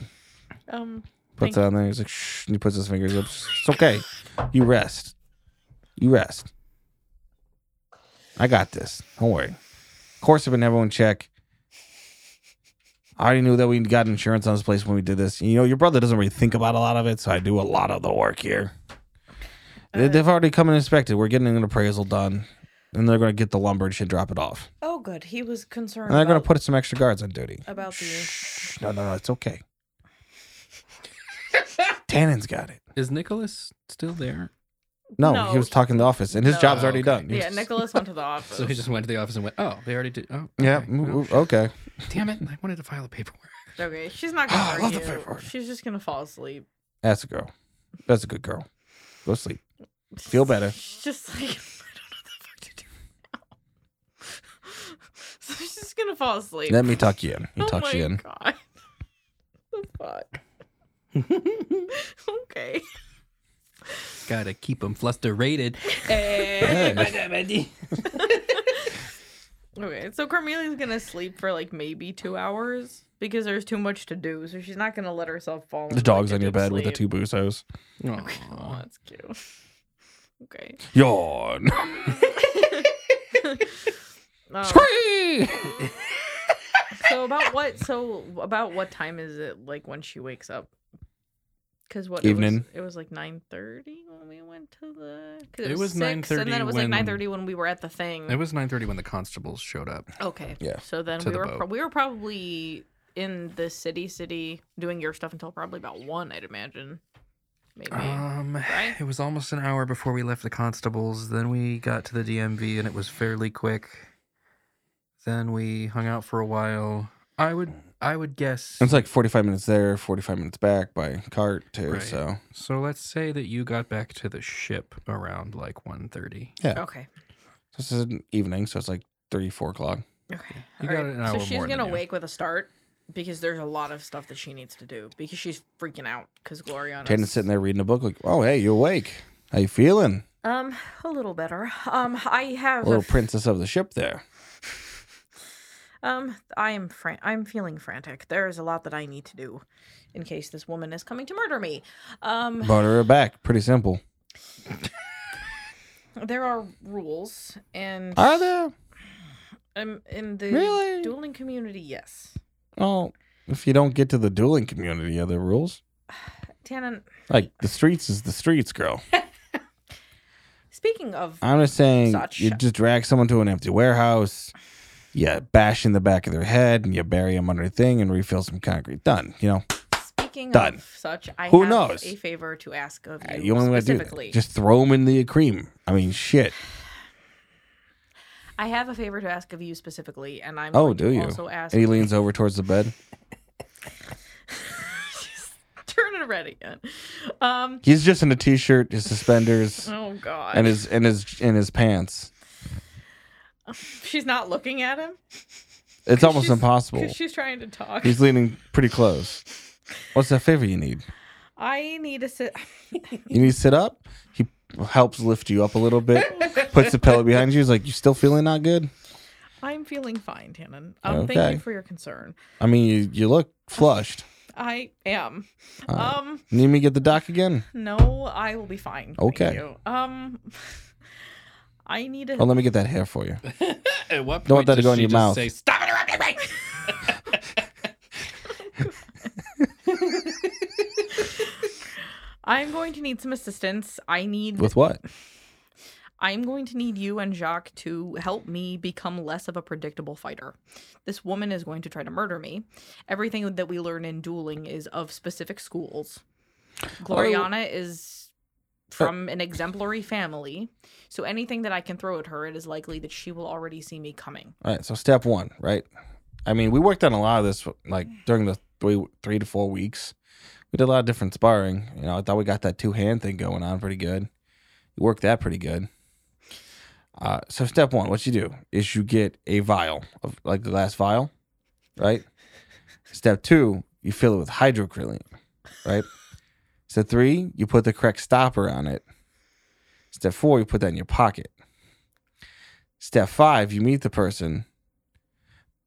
um,
Puts
Thank
it on there. He's like, shh. And he puts his fingers up. It's okay. You rest. You rest. I got this. Don't worry. Of course, I've been everyone check. I already knew that we got insurance on this place when we did this. You know, your brother doesn't really think about a lot of it, so I do a lot of the work here. They-
Uh,
They've already come and inspected. We're getting an appraisal done, and they're going to get the lumber and shit, drop it off,
Oh, good. He was concerned
and they're going
about,
to put some extra guards on duty.
about the.
Shh, no, no, no, it's okay. Tannen's got it.
Is Nicholas still there?
No,
No,
he was talking in the office, and his
no.
job's already
Okay.
done. He
Yeah,
was-
Nicholas went to the office.
So he just went to the office and went, "Oh, they already did. Oh,
Yeah.
okay.
mm,
Well,
mm, Okay.
damn it! I wanted to file a paperwork.
Okay, she's not gonna
Oh, I
argue.
love the paperwork.
She's just gonna fall asleep.
That's a girl. That's a good girl. Go sleep. Feel better.
She's just like I don't know what the fuck to do now. so she's just gonna fall asleep.
Let me tuck you in.
oh
Tuck
my
you in.
god. the fuck. okay.
Gotta keep him flusterated.
Okay. So Carmelia's gonna sleep for like maybe two hours because there's too much to do. So she's not gonna let herself fall. into,
The
like,
dog's
a
on your
deep
bed with the two
sleep.
busos.
Oh,
Aw.
that's cute. Okay.
Yawn.
Oh. Um,
Squee!
so about what so about what time is it like when she wakes up because what
Evening.
it was, it was like 9.30 when we went to the 'cause
It was
6, and
9:30
then it was
when-
like 9.30 when we were at the thing
It was 9:30 when the constables showed up.
okay
Yeah,
so then
to
we
the
were
boat.
pro- we were probably in the city city doing your stuff until probably about one i'd imagine maybe
Um,
Right?
it was almost an hour before we left the constables. Then we got to the DMV, and it was fairly quick. Then we hung out for a while. I would, I would guess.
It's like 45 minutes there, 45 minutes back by cart, too.
Right.
So
So let's say that you got back to the ship around like 1.30.
okay
this is an evening, so it's like three, four o'clock.
okay
You
All
got
right.
an hour
so she's
more than
gonna
you.
wake with a start because there's a lot of stuff that she needs to do because she's freaking out because gloriana
Tannen's sitting there reading a book, like, oh, hey, you're awake. How you feeling?
Um, a little better. Um, I have. a
Little
f-
princess of the ship there.
um, I am. Fran- I'm feeling frantic. There is a lot that I need to do, in case this woman is coming to murder me. Um,
Butter her back. Pretty simple.
there are rules, and
Are there?
um, in the
Really?
dueling community, yes.
Well, if you don't get to the dueling community, other rules.
Tannen,
Like the streets is the streets, girl.
speaking of,
I'm just saying,
Such.
you just drag someone to an empty warehouse, you bash in the back of their head, and you bury them under a thing and refill some concrete. Done. You know,
speaking
done.
of such, I
Who
have
knows?
a favor to ask of you,
you only want to do
specifically.
that. Just throw them in the cream. I mean, shit.
I have a favor to ask of you specifically, and I'm.
Oh,
going to
do you?
Also ask.
And he leans over towards the bed.
Turn it red again. Um.
He's just in a t-shirt, his suspenders,
Oh God.
and his and his and his pants.
She's not looking at him.
It's almost
she's-
impossible.
Because she's trying to talk.
He's leaning pretty close. What's that favor you need?
I need to sit.
You need to sit up. He helps lift you up a little bit, puts the pillow behind you. He's like, "You still feeling not good?
I'm feeling fine, Tannen. Um, Thank
Okay.
you for your concern.
I mean, you you look flushed.
I am.
Uh,
Um,
need me to get the doc again?
no, I will be fine. Thank
Okay.
you. Um, I need to.
Oh, let me get that hair for you.
At what
Don't want that to
does
go in
she
your
just
mouth.
Say, Stop interrupting me.
I'm going to need some assistance. I need.
With what?
I'm going to need you and Jacques to help me become less of a predictable fighter. This woman is going to try to murder me. Everything that we learn in dueling is of specific schools. Gloriana is from an exemplary family, so anything that I can throw at her, it is likely that she will already see me coming.
All right. So step one, right? I mean, we worked on a lot of this like during the three three to four weeks. We did a lot of different sparring. You know, I thought we got that two hand thing going on pretty good. We worked that pretty good. Uh, so step one, what you do is you get a vial of like the last vial, right? Step two, you fill it with hydrocrylene, right? Step three, you put the correct stopper on it. Step four, you put that in your pocket. Step five, you meet the person,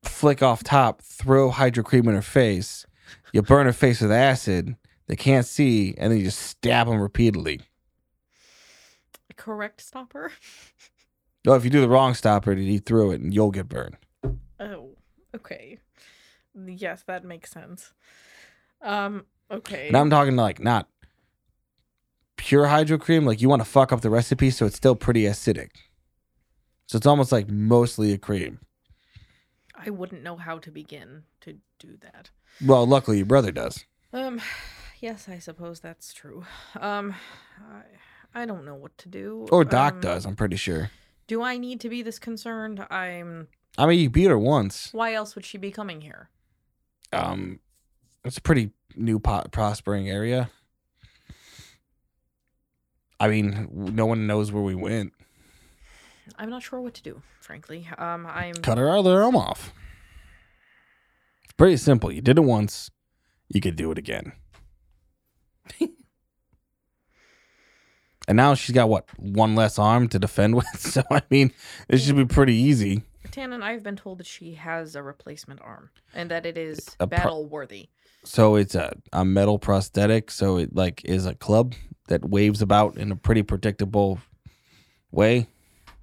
flick off top, throw hydrocream in her face, you burn her face with acid, they can't see, and then you just stab them repeatedly.
Correct, stopper?
Oh, No, if you do the wrong stopper, you eat through it and you'll get burned.
Oh, okay. Yes, that makes sense. Um. Okay.
And I'm talking like not pure hydro cream. Like you want to fuck up the recipe so it's still pretty acidic. So it's almost like mostly a cream.
I wouldn't know how to begin to do that.
Well, luckily your brother does.
Um. Yes, I suppose that's true. Um. I, I don't know what to do.
Or Doc
um,
does, I'm pretty sure.
Do I need to be this concerned? I'm.
I mean, you beat her once.
Why else would she be coming here?
Um, it's a pretty new po- prospering area. I mean, no one knows where we went.
I'm not sure what to do, frankly. Um. I'm.
Cut her other arm off. It's pretty simple. You did it once, you could do it again. and now she's got what one less arm to defend with. So I mean, it should be pretty easy.
Tannen, I've been told that she has a replacement arm and that it is
A pro-
battle worthy.
So it's a, a metal prosthetic. So it like is a club that waves about in a pretty predictable way.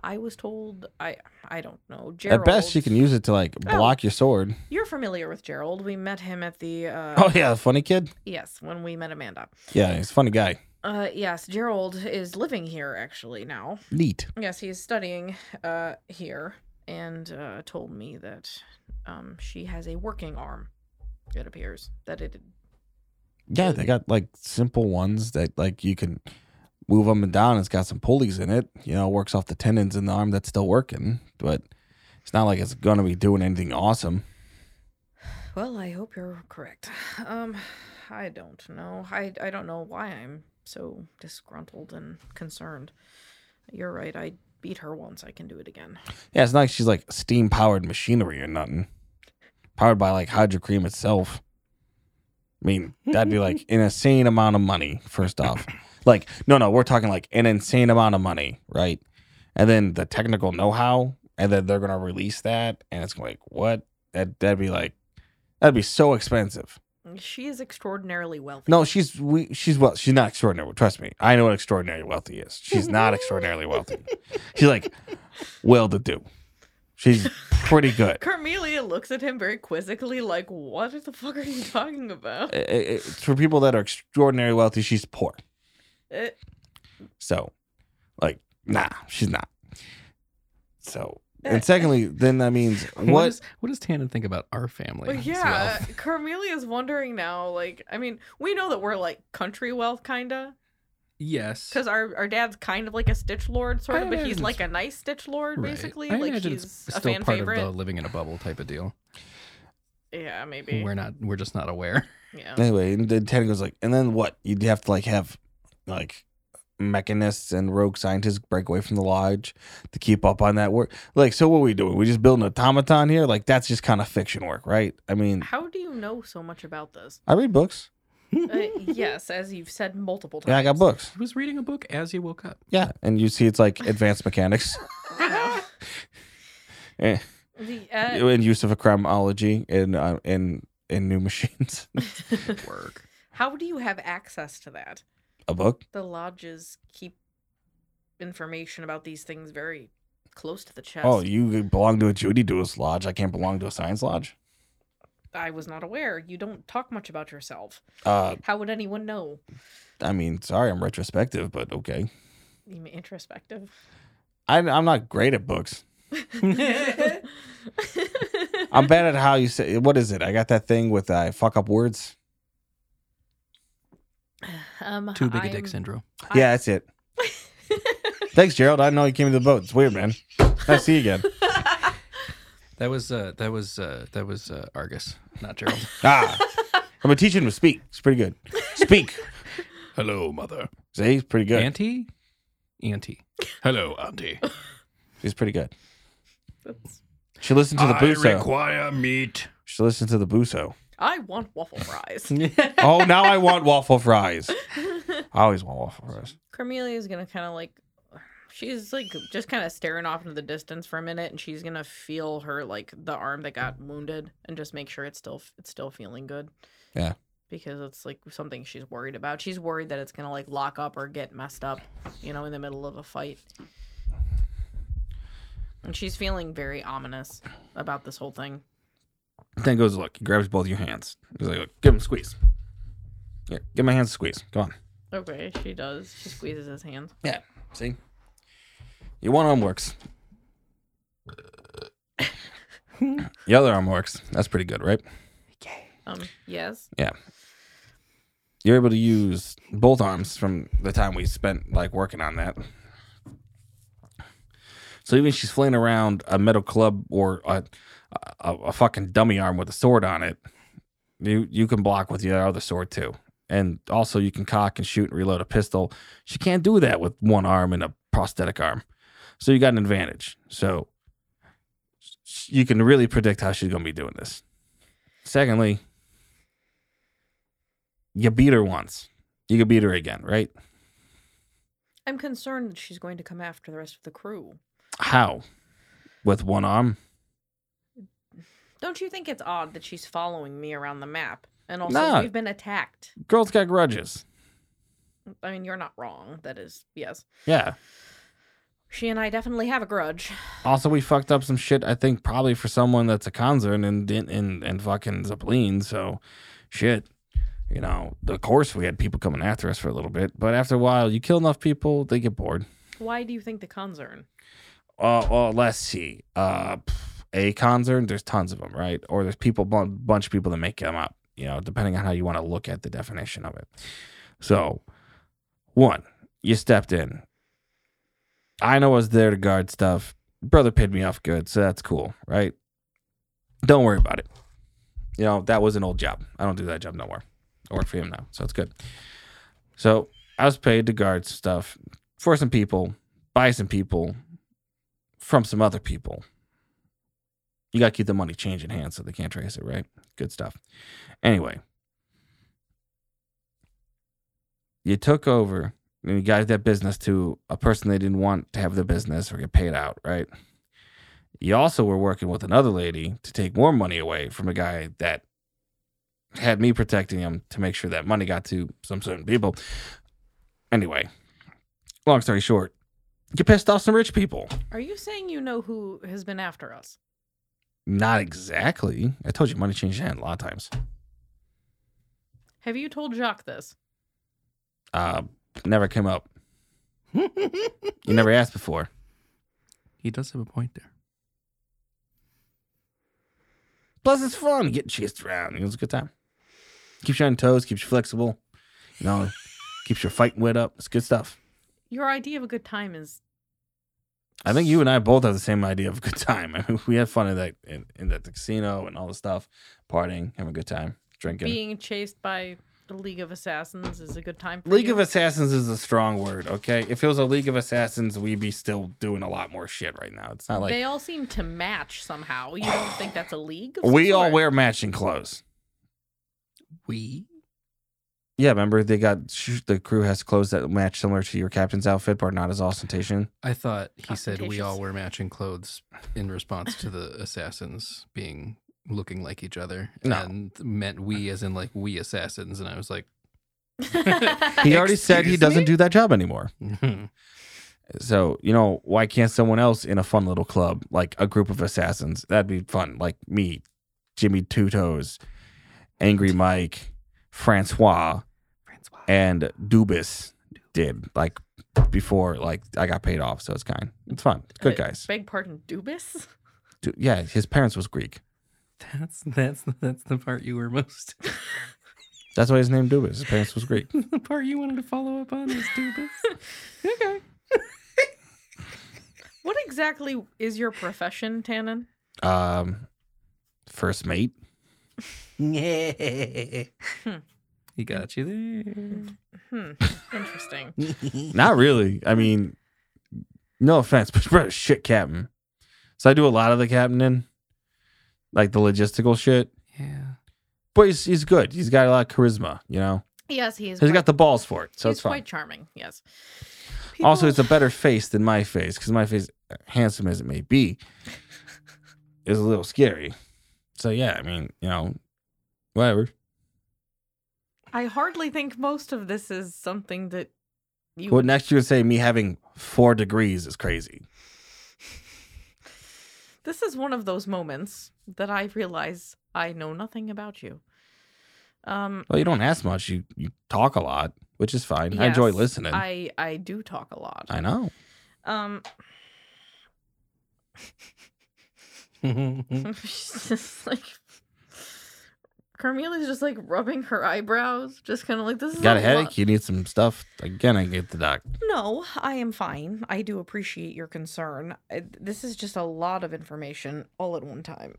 I was told I I don't know.
At
Gerald.
best, she can use it to like block your sword.
You're familiar with Gerald. We met him at the uh
Oh yeah, the funny kid.
yes, when we met Amanda.
Yeah, he's a funny guy.
Uh yes, Gerald is living here actually now.
Neat.
Yes, he is studying uh here and uh told me that um she has a working arm. It appears that it
Yeah, they got like simple ones that like you can move up and down. It's got some pulleys in it. You know, works off the tendons in the arm that's still working, but it's not like it's gonna be doing anything awesome.
Well, I hope you're correct. Um, I don't know. I, I don't know why I'm so disgruntled and concerned. You're right. I beat her once. I can do it again.
Yeah, it's not like she's like steam powered machinery or nothing. Powered by like hydro cream itself. I mean, that'd be like an insane amount of money, first off. Like, no, no, we're talking like an insane amount of money, right? And then the technical know how, and then they're gonna release that, and it's gonna be like, what? That that'd be like that'd be so expensive.
She is extraordinarily wealthy.
No, she's we she's well, she's not extraordinary. Trust me. I know what extraordinary wealthy is. She's not extraordinarily wealthy. She's like well to do. She's pretty good.
Carmelia looks at him very quizzically, like, "What the fuck are you talking about?"
i- i- it's for people that are extraordinarily wealthy, she's poor.
Eh,
So, like, nah, she's not. So, and secondly, then that means
What,
what?
is, what does Tannen think about our family?
But
as
yeah, uh,
well?
Carmelia's wondering now. Like, I mean, we know that we're like country wealth, kinda,
Yes.
because our, our dad's kind of like a stitch lord, sort
I
of, but he's
imagine
like a
it's-
nice stitch lord,
Right.
basically.
I
like
imagine
he's
it's
a
still
fan
part
favorite.
of the living in a bubble type of deal.
Yeah, maybe.
We're not. We're just not aware.
Yeah.
Anyway, and then Tanner goes like, and then what? You'd have to like have like mechanists and rogue scientists break away from the lodge to keep up on that work. Like, so what are we doing? We just build an automaton here? Like, that's just kind of fiction work, right? I mean,
How do you know so much about this?
I read books.
Uh, yes, as you've said multiple times.
Yeah, I got books.
He was reading a book as he woke up.
Yeah, and you see, it's like advanced mechanics.
Yeah.
Eh.
The, uh,
and use of a cromology in uh, in in new machines
Work.
how do you have access to that?
a book
The lodges keep information about these things very close to the chest.
oh you belong to a judy Dewis lodge i can't belong to a science lodge
I was not aware. You don't talk much about yourself.
uh
How would anyone know?
i mean sorry i'm retrospective but okay
You mean introspective? Um,
I, i'm not great at books
I'm
i'm bad at how you say what is it i got that thing with i fuck up words
um,
Too big a
I'm-
dick syndrome.
I-
yeah that's it thanks gerald i didn't know you came to the boat it's weird man i see you again
That was. Uh, that was. Uh, that was uh, Argus, not Gerald.
ah i'm gonna teach him to speak it's pretty good speak
Hello, mother.
see he's pretty good
Auntie. Auntie. Hello, Auntie.
he's pretty good
That's-
she listened
Ah,
to the buso
require meat.
she listened to the buso
I want waffle fries.
oh, now I want waffle fries. I always want waffle fries.
Carmelia is gonna kind of like, she's like just kind of staring off into the distance for a minute, and she's gonna feel her like the arm that got wounded, and just make sure it's still it's still feeling good.
Yeah.
Because it's like something she's worried about. She's worried that it's gonna like lock up or get messed up, you know, in the middle of a fight. And she's feeling very ominous about this whole thing.
Then goes, look, he grabs both your hands. He's like, look, give him a squeeze. Yeah, give my hands a squeeze. Come on.
Okay, she does. She squeezes his hand.
Yeah. See? Your one arm works. the other arm works. That's pretty good, right?
Um, yes.
Yeah. You're able to use both arms from the time we spent like working on that. So even if she's flailing around a metal club or a, a, a fucking dummy arm with a sword on it, you you can block with your other sword too. And also you can cock and shoot and reload a pistol. She can't do that with one arm and a prosthetic arm. So you got an advantage. So s- you can really predict how she's going to be doing this. Secondly, you beat her once. You can beat her again, right?
I'm concerned that she's going to come after the rest of the crew.
How? With one arm?
Don't you think it's odd that she's following me around the map? And also,
No.
we've been attacked.
Girls got grudges.
I mean, you're not wrong. That is, yes.
Yeah.
She and I definitely have a grudge.
Also, we fucked up some shit. I think probably for someone that's a concern and and and, and fucking Zeppelin. So, shit. You know, of course we had people coming after us for a little bit, but after a while, you kill enough people, they get bored.
Why do you think the concern?
Uh, well, let's see. Uh, pff, a concern, there's tons of them, right? Or there's people, bun- bunch of people that make them up. You know, depending on how you want to look at the definition of it. So, one, you stepped in. I know I was there to guard stuff. Brother paid me off good, so that's cool, right? Don't worry about it. You know, that was an old job. I don't do that job no more. I work for him now, so it's good. So I was paid to guard stuff for some people, by some people, from some other people. You got to keep the money changing hands so they can't trace it, right? Good stuff. Anyway, you took over and you got that business to a person they didn't want to have the business or get paid out, right? You also were working with another lady to take more money away from a guy that had me protecting him to make sure that money got to some certain people. Anyway, long story short, you pissed off some rich people.
Are you saying you know who has been after us?
Not exactly. I told you money changed hand a lot of times.
Have you told Jacques this?
Uh, never came up. you never asked before.
He does have a point there.
Plus, it's fun getting chased around. It was a good time. Keeps you on your toes, keeps you flexible. You know, keeps your fighting wit up. It's good stuff.
Your idea of a good time is
I think you and I both have the same idea of a good time. I mean, we had fun in that in, in that casino and all the stuff, partying, having a good time, drinking.
being chased by the League of Assassins is a good time. For
League
you?
of Assassins is a strong word, okay? If it was a League of Assassins, we'd be still doing a lot more shit right now. It's not like
they all seem to match somehow. You don't think that's a league? of some
we all
sort?
wear matching clothes.
We
Yeah, remember they got sh- the crew has clothes that match similar to your captain's outfit, but are not as ostentation.
I thought he said we all
Ostentatious.
were matching clothes in response to the assassins being looking like each other
No.
and meant we as in like we assassins and I was like
He already said
Uh,
he
Excuse
doesn't
me?
do that job anymore.
mhm.
So you know why can't someone else in a fun little club like a group of assassins? That'd be fun. Like me, Jimmy Two Toes, Angry Mike, Francois, and Dubis did like before like I got paid off. So it's kind. It's fun. It's good
Uh,
guys.
Beg pardon, Dubis.
Du- Yeah, his parents was Greek.
that's that's that's the part you were most
That's why his name Dubis. His parents was Greek.
the part you wanted to follow up on is do this.
Okay. what exactly is your profession, Tannen?
Um, first mate.
He got you there.
Hmm. Interesting.
Not really. I mean, no offense, but bro, shit, captain. So I do a lot of the captaining, like the logistical shit.
Yeah.
But he's, he's good. He's got a lot of charisma, you know.
Yes, he is.
So he's
quite-
got the balls for it, so
he's
it's fine.
quite charming. Yes.
Also,
People-
it's a better face than my face because my face, handsome as it may be, is a little scary. So yeah, I mean, you know, whatever.
I hardly think most of this is something that you
Well,
would.
next you would say me having four degrees is crazy.
This is one of those moments that I realize I know nothing about you. Um,
Well, you don't ask much. You you talk a lot, which is fine. I enjoy
yes,
listening. I,
I I do talk a lot.
know.
Um,
That's
she's just like Carmela's just like rubbing her eyebrows, just kind of like this is
Got a
lot-
headache? You need some stuff. Again, I get the doc.
No, I am fine. I do appreciate your concern. I, this is just a lot of information all at one time.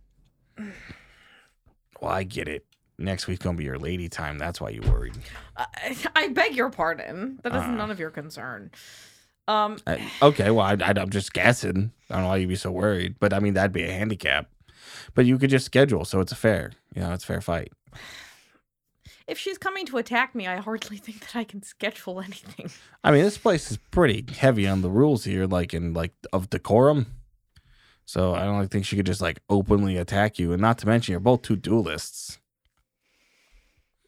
Well, I get it. Next week's gonna be your lady time. That's why you worried.
I, I beg your pardon. That is
Ah.
none of your concern. Um,
I, okay, well, I, I, I'm just guessing. I don't know why you'd be so worried, but I mean that'd be a handicap. But you could just schedule, so it's a fair. You know, it's a fair fight.
if she's coming to attack me, I hardly think that I can schedule anything.
I mean, this place is pretty heavy on the rules here, like in like of decorum. So I don't think she could just like openly attack you, and not to mention you're both two duelists.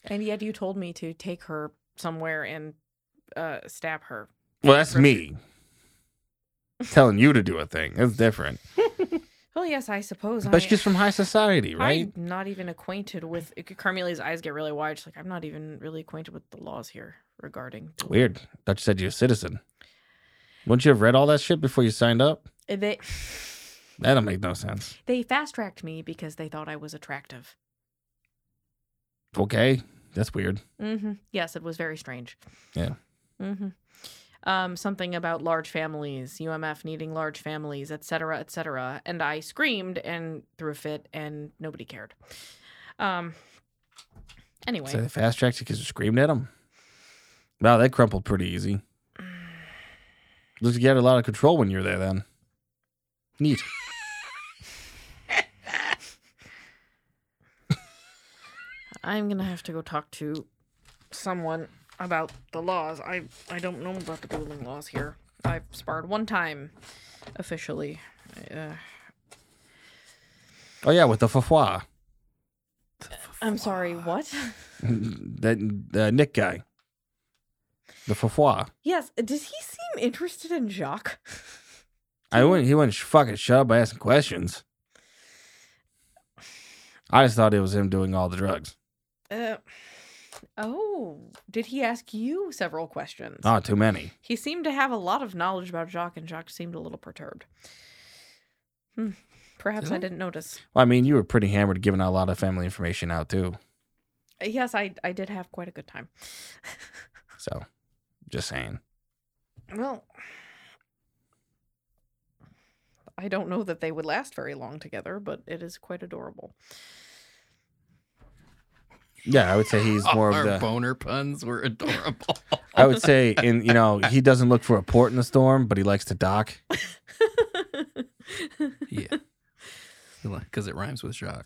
And yet, you told me to take her somewhere and uh, stab her.
Well, that's me telling you to do a thing. That's different.
Oh yes, I suppose. I,
But she's from high society, right?
I'm not even acquainted with. Carmelia's eyes get really wide. She's like, I'm not even really acquainted with the laws here regarding.
Weird. Thought you said you're a citizen. Wouldn't you have read all that shit before you signed up?
They
That don't make no sense.
they fast tracked me because they thought I was attractive.
Okay, that's weird.
Mm-hmm. Yes, it was very strange.
Yeah.
Mm-hmm. Um, something about large families, UMF needing large families, et cetera, et cetera. And I screamed and threw a fit, and nobody cared. Um. Anyway,
So they fast tracked because you screamed at him. Wow, that crumpled pretty easy. Looks like you had a lot of control when you were there then. Neat.
I'm gonna have to go talk to someone about the laws. I I don't know about the dueling laws here. I've sparred one time, officially. Uh,
Oh yeah, with the fafois.
I'm sorry. What?
that uh, Nick guy. The fafois.
yes. uh, Does he seem interested in Jacques?
I wouldn't he wouldn't sh- fucking shut up by asking questions. I just thought it was him doing all the drugs.
Uh, oh, did he ask you several questions?
Oh, too many.
He seemed to have a lot of knowledge about Jacques, and Jacques seemed a little perturbed. Hmm. Perhaps I didn't notice.
Well, I mean, you were pretty hammered giving a lot of family information out too.
Uh, Yes, I I did have quite a good time.
So, just saying.
Well, I don't know that they would last very long together, but it is quite adorable.
Yeah, I would say
Oh,
he's more
Our
of the
boner puns were adorable.
I would say, in you know, he doesn't look for a port in the storm, but he likes to dock.
yeah. Because it rhymes with shock.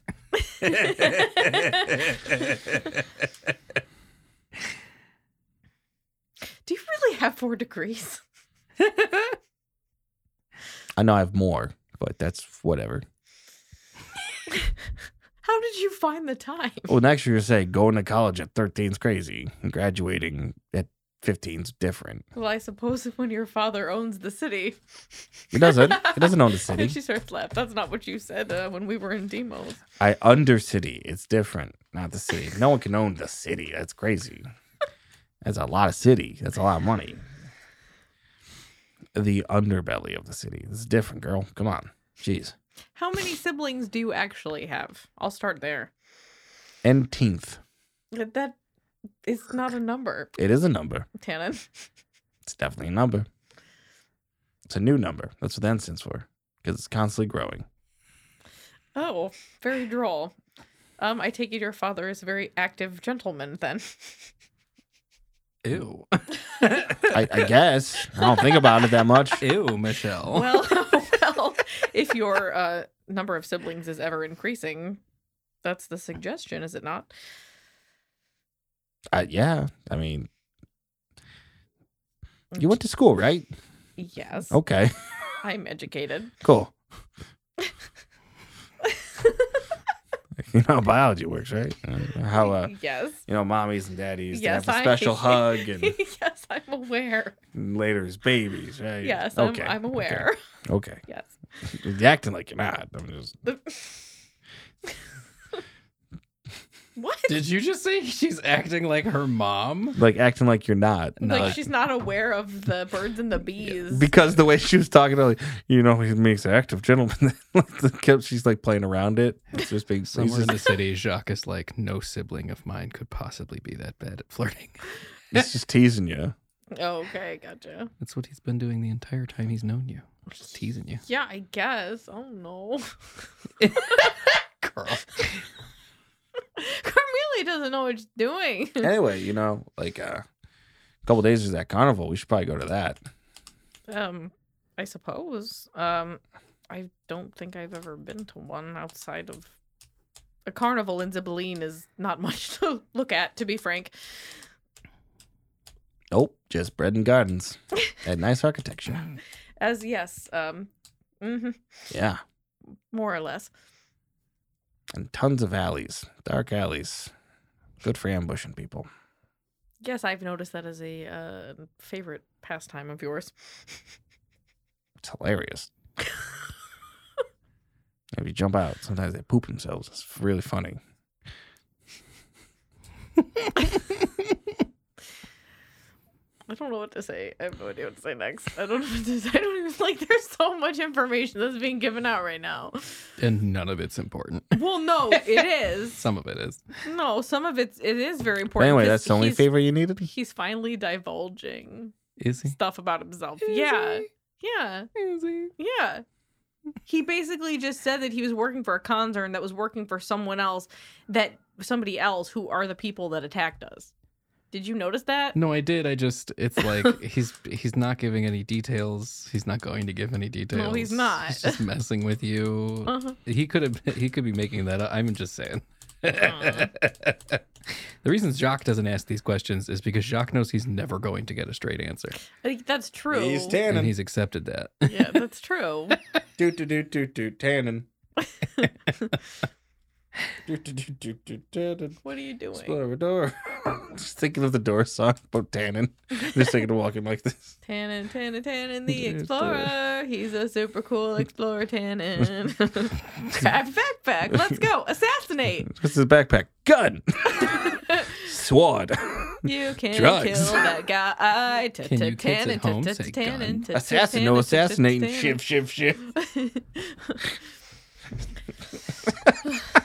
Do you really have four degrees?
I know I have more, but that's whatever.
How did you find the time?
Well, next year you say going to college at 13 is crazy, and graduating at 15 is different.
Well, I suppose when your father owns the city.
He doesn't. He doesn't own the
And
city.
she starts laughing. That's not what you said uh, when we were in demos.
I under city. It's different, not the city. No one can own the city. That's crazy. That's a lot of city. That's a lot of money. The underbelly of the city. This is different, girl. Come on. Jeez.
How many siblings do you actually have? I'll start there.
18th.
That that is not a number,
It is a number.
Tannen.
It's definitely a number. It's a new number. That's what the N stands for because it's constantly growing.
Oh, very droll. Um, I take it your father is a very active gentleman then.
Ew.
I, I guess. I don't think about it that much.
Ew,
Oh.
Michelle.
Well, well, if your uh, number of siblings is ever increasing, that's the suggestion, is it not?
I, yeah. I mean, you went to school, right?
Yes,
Okay.
I'm educated.
Cool. you know how biology works, right? How, uh,
yes,
you know, mommies and daddies they
Yes,
have a
I-
special hug and
yes, I'm aware.
later is babies, right?
Yes, I'm, I'm
okay,
aware.
Okay.
Yes.
You're acting like you're not. I'm just.
The- What?
Did you just say she's acting like her mom?
Like acting like you're not.
like she's not aware of the birds and the bees.
Because the way she was talking, like, you know, he makes active gentleman. Like, the kid- she's like playing around it. It's just being he's
Somewhere in
just-
the city, Jacques is like, no sibling of mine could possibly be that bad at flirting.
he's just teasing you.
oh, okay, gotcha.
That's what he's been doing the entire time he's known you. Just teasing you.
Yeah, I guess. Oh no.
Girl.
Carmelia doesn't know what she's doing.
Anyway, you know, like uh, a couple days is that carnival. We should probably go to that.
Um, I suppose. Um, I don't think I've ever been to one outside of a carnival in Zibeline is not much to look at, to be frank.
Nope, just bread and gardens and nice architecture.
As yes, um, hmm
Yeah,
more or less.
and tons of alleys, dark alleys. Good for ambushing people.
Yes, I've noticed that as a uh, favorite pastime of yours.
It's hilarious. if you jump out, sometimes they poop themselves. It's really funny.
I don't know what to say. I have no idea what to say next. I don't know what to say. I don't even like. There's so much information that's being given out right now.
And none of it's important.
Well, no, it is.
Some of it is.
No, some of it's it is very
But
important.
anyway,
'cause
that's the only
he's-
favor you needed.
He's finally divulging
Is he?
stuff about himself.
Is
yeah, yeah,
he? Is he?
yeah. He basically just said that he was working for a concern that was working for someone else, that somebody else who are the people that attacked us. Did you notice that?
No, I did. I just it's like he's he's not giving any details. He's not going to give any details.
he's not.
He's just messing with you.
Uh-huh.
He could have he could be making that up. I'm just saying.
Aw.
the reason Jacques doesn't ask these questions is because Jacques knows he's never going to get a straight answer.
I think that's true.
He's
And
tanning.
he's accepted that.
yeah, that's true.
Do do do do do tannin. do do do do do tannin.
What are you doing?
Explore a door. Just thinking of the door song about tannin. Just thinking of walking like this.
Tannen, Tannen, Tannen, the
Yeah, it's, uh,
explorer. He's a super cool explorer, Tannen. back, back, back. Let's go. Assassinate.
What's his backpack? Gun. Sword.
You can
Drugs.
kill that guy. T-
Can
t-
you kids at
Tannen, t-
home
t-
say
Tannen,
gun?
t- t-
Assassin. No
Tannen, t- t-
assassinating.
Tannen.
Shift, shift, shift.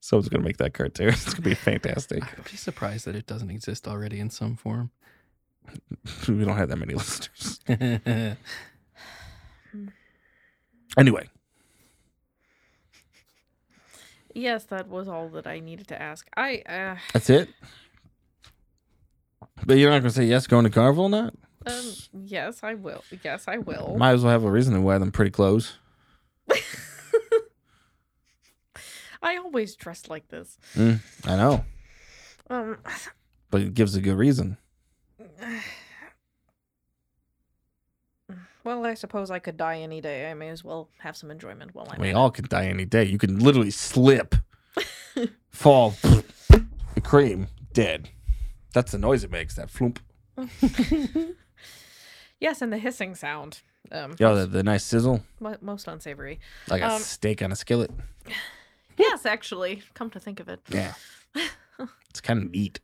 Someone's gonna make that cartoon. It's gonna be fantastic.
I would be surprised that it doesn't exist already in some form.
we don't have that many listeners.
I
Anyway,
yes, that was all that I needed to ask. I, uh,
that's it. But you're not gonna say yes going to Carnival or not?
um, yes, I will. Yes, I will.
Might as well have a reason to wear them pretty clothes.
I always dress like this.
Mm, I know,
Um,
but it gives a good reason.
well, I suppose I could die any day. I may as well have some enjoyment while I'm.
We all can die any day. You can literally slip, fall, the cream, dead. That's the noise it makes. That floomp.
Yes, and the hissing sound. Um,
Yo, the, the nice sizzle,
mo- most unsavory.
like a
Um,
steak on a skillet.
yes, actually, come to think of it.
Yeah, it's kind of neat.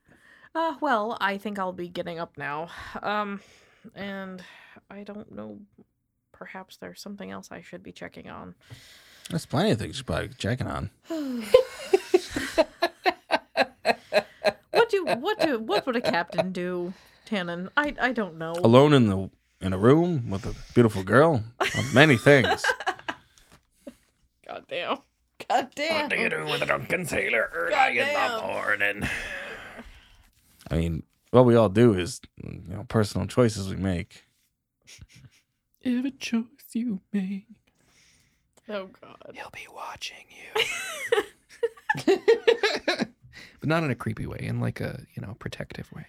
Uh, well, I think I'll be getting up now. Um, and I don't know. Perhaps there's something else I should be checking on.
There's plenty of things you're probably checking on.
What do what do what would a captain do, Tannen? I I don't know.
Oh. Alone in the in a room with a beautiful girl, many things.
God damn. God
Oh,
damn.
with a drunken sailor
early in the Goddamn.
morning?
I mean, what we all do is, you know, personal choices we make.
Every choice you make,
Oh god.
he'll be watching you. but not in a creepy way, in like a, you know, protective way.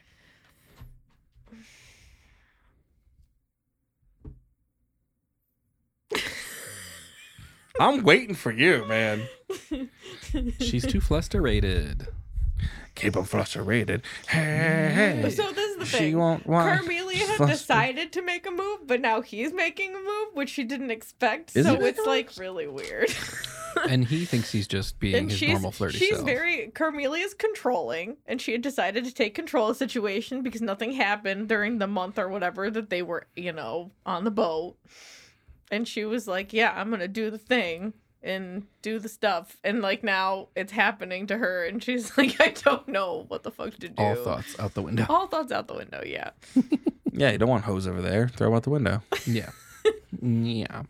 I'm waiting for you, man.
She's too flusterated.
Keep them frustrated. Hey, hey.
So this is the
she
thing.
won't want.
Carmelia had
Fuster-
decided to make a move, but now he's making a move, which she didn't expect.
Is
so
it?
it's like really weird.
and he thinks he's just being
and
his
she's
normal flirty
she's
self.
very Carmelia's controlling, and she had decided to take control of the situation because nothing happened during the month or whatever that they were, you know, on the boat. And she was like, "Yeah, I'm gonna do the thing and do the stuff." And like now, it's happening to her, and she's like, "I don't know what the fuck to do."
All thoughts out the window.
All thoughts out the window. Yeah.
Yeah, you don't want hose over there. Throw 'em out the window.
Yeah. yeah.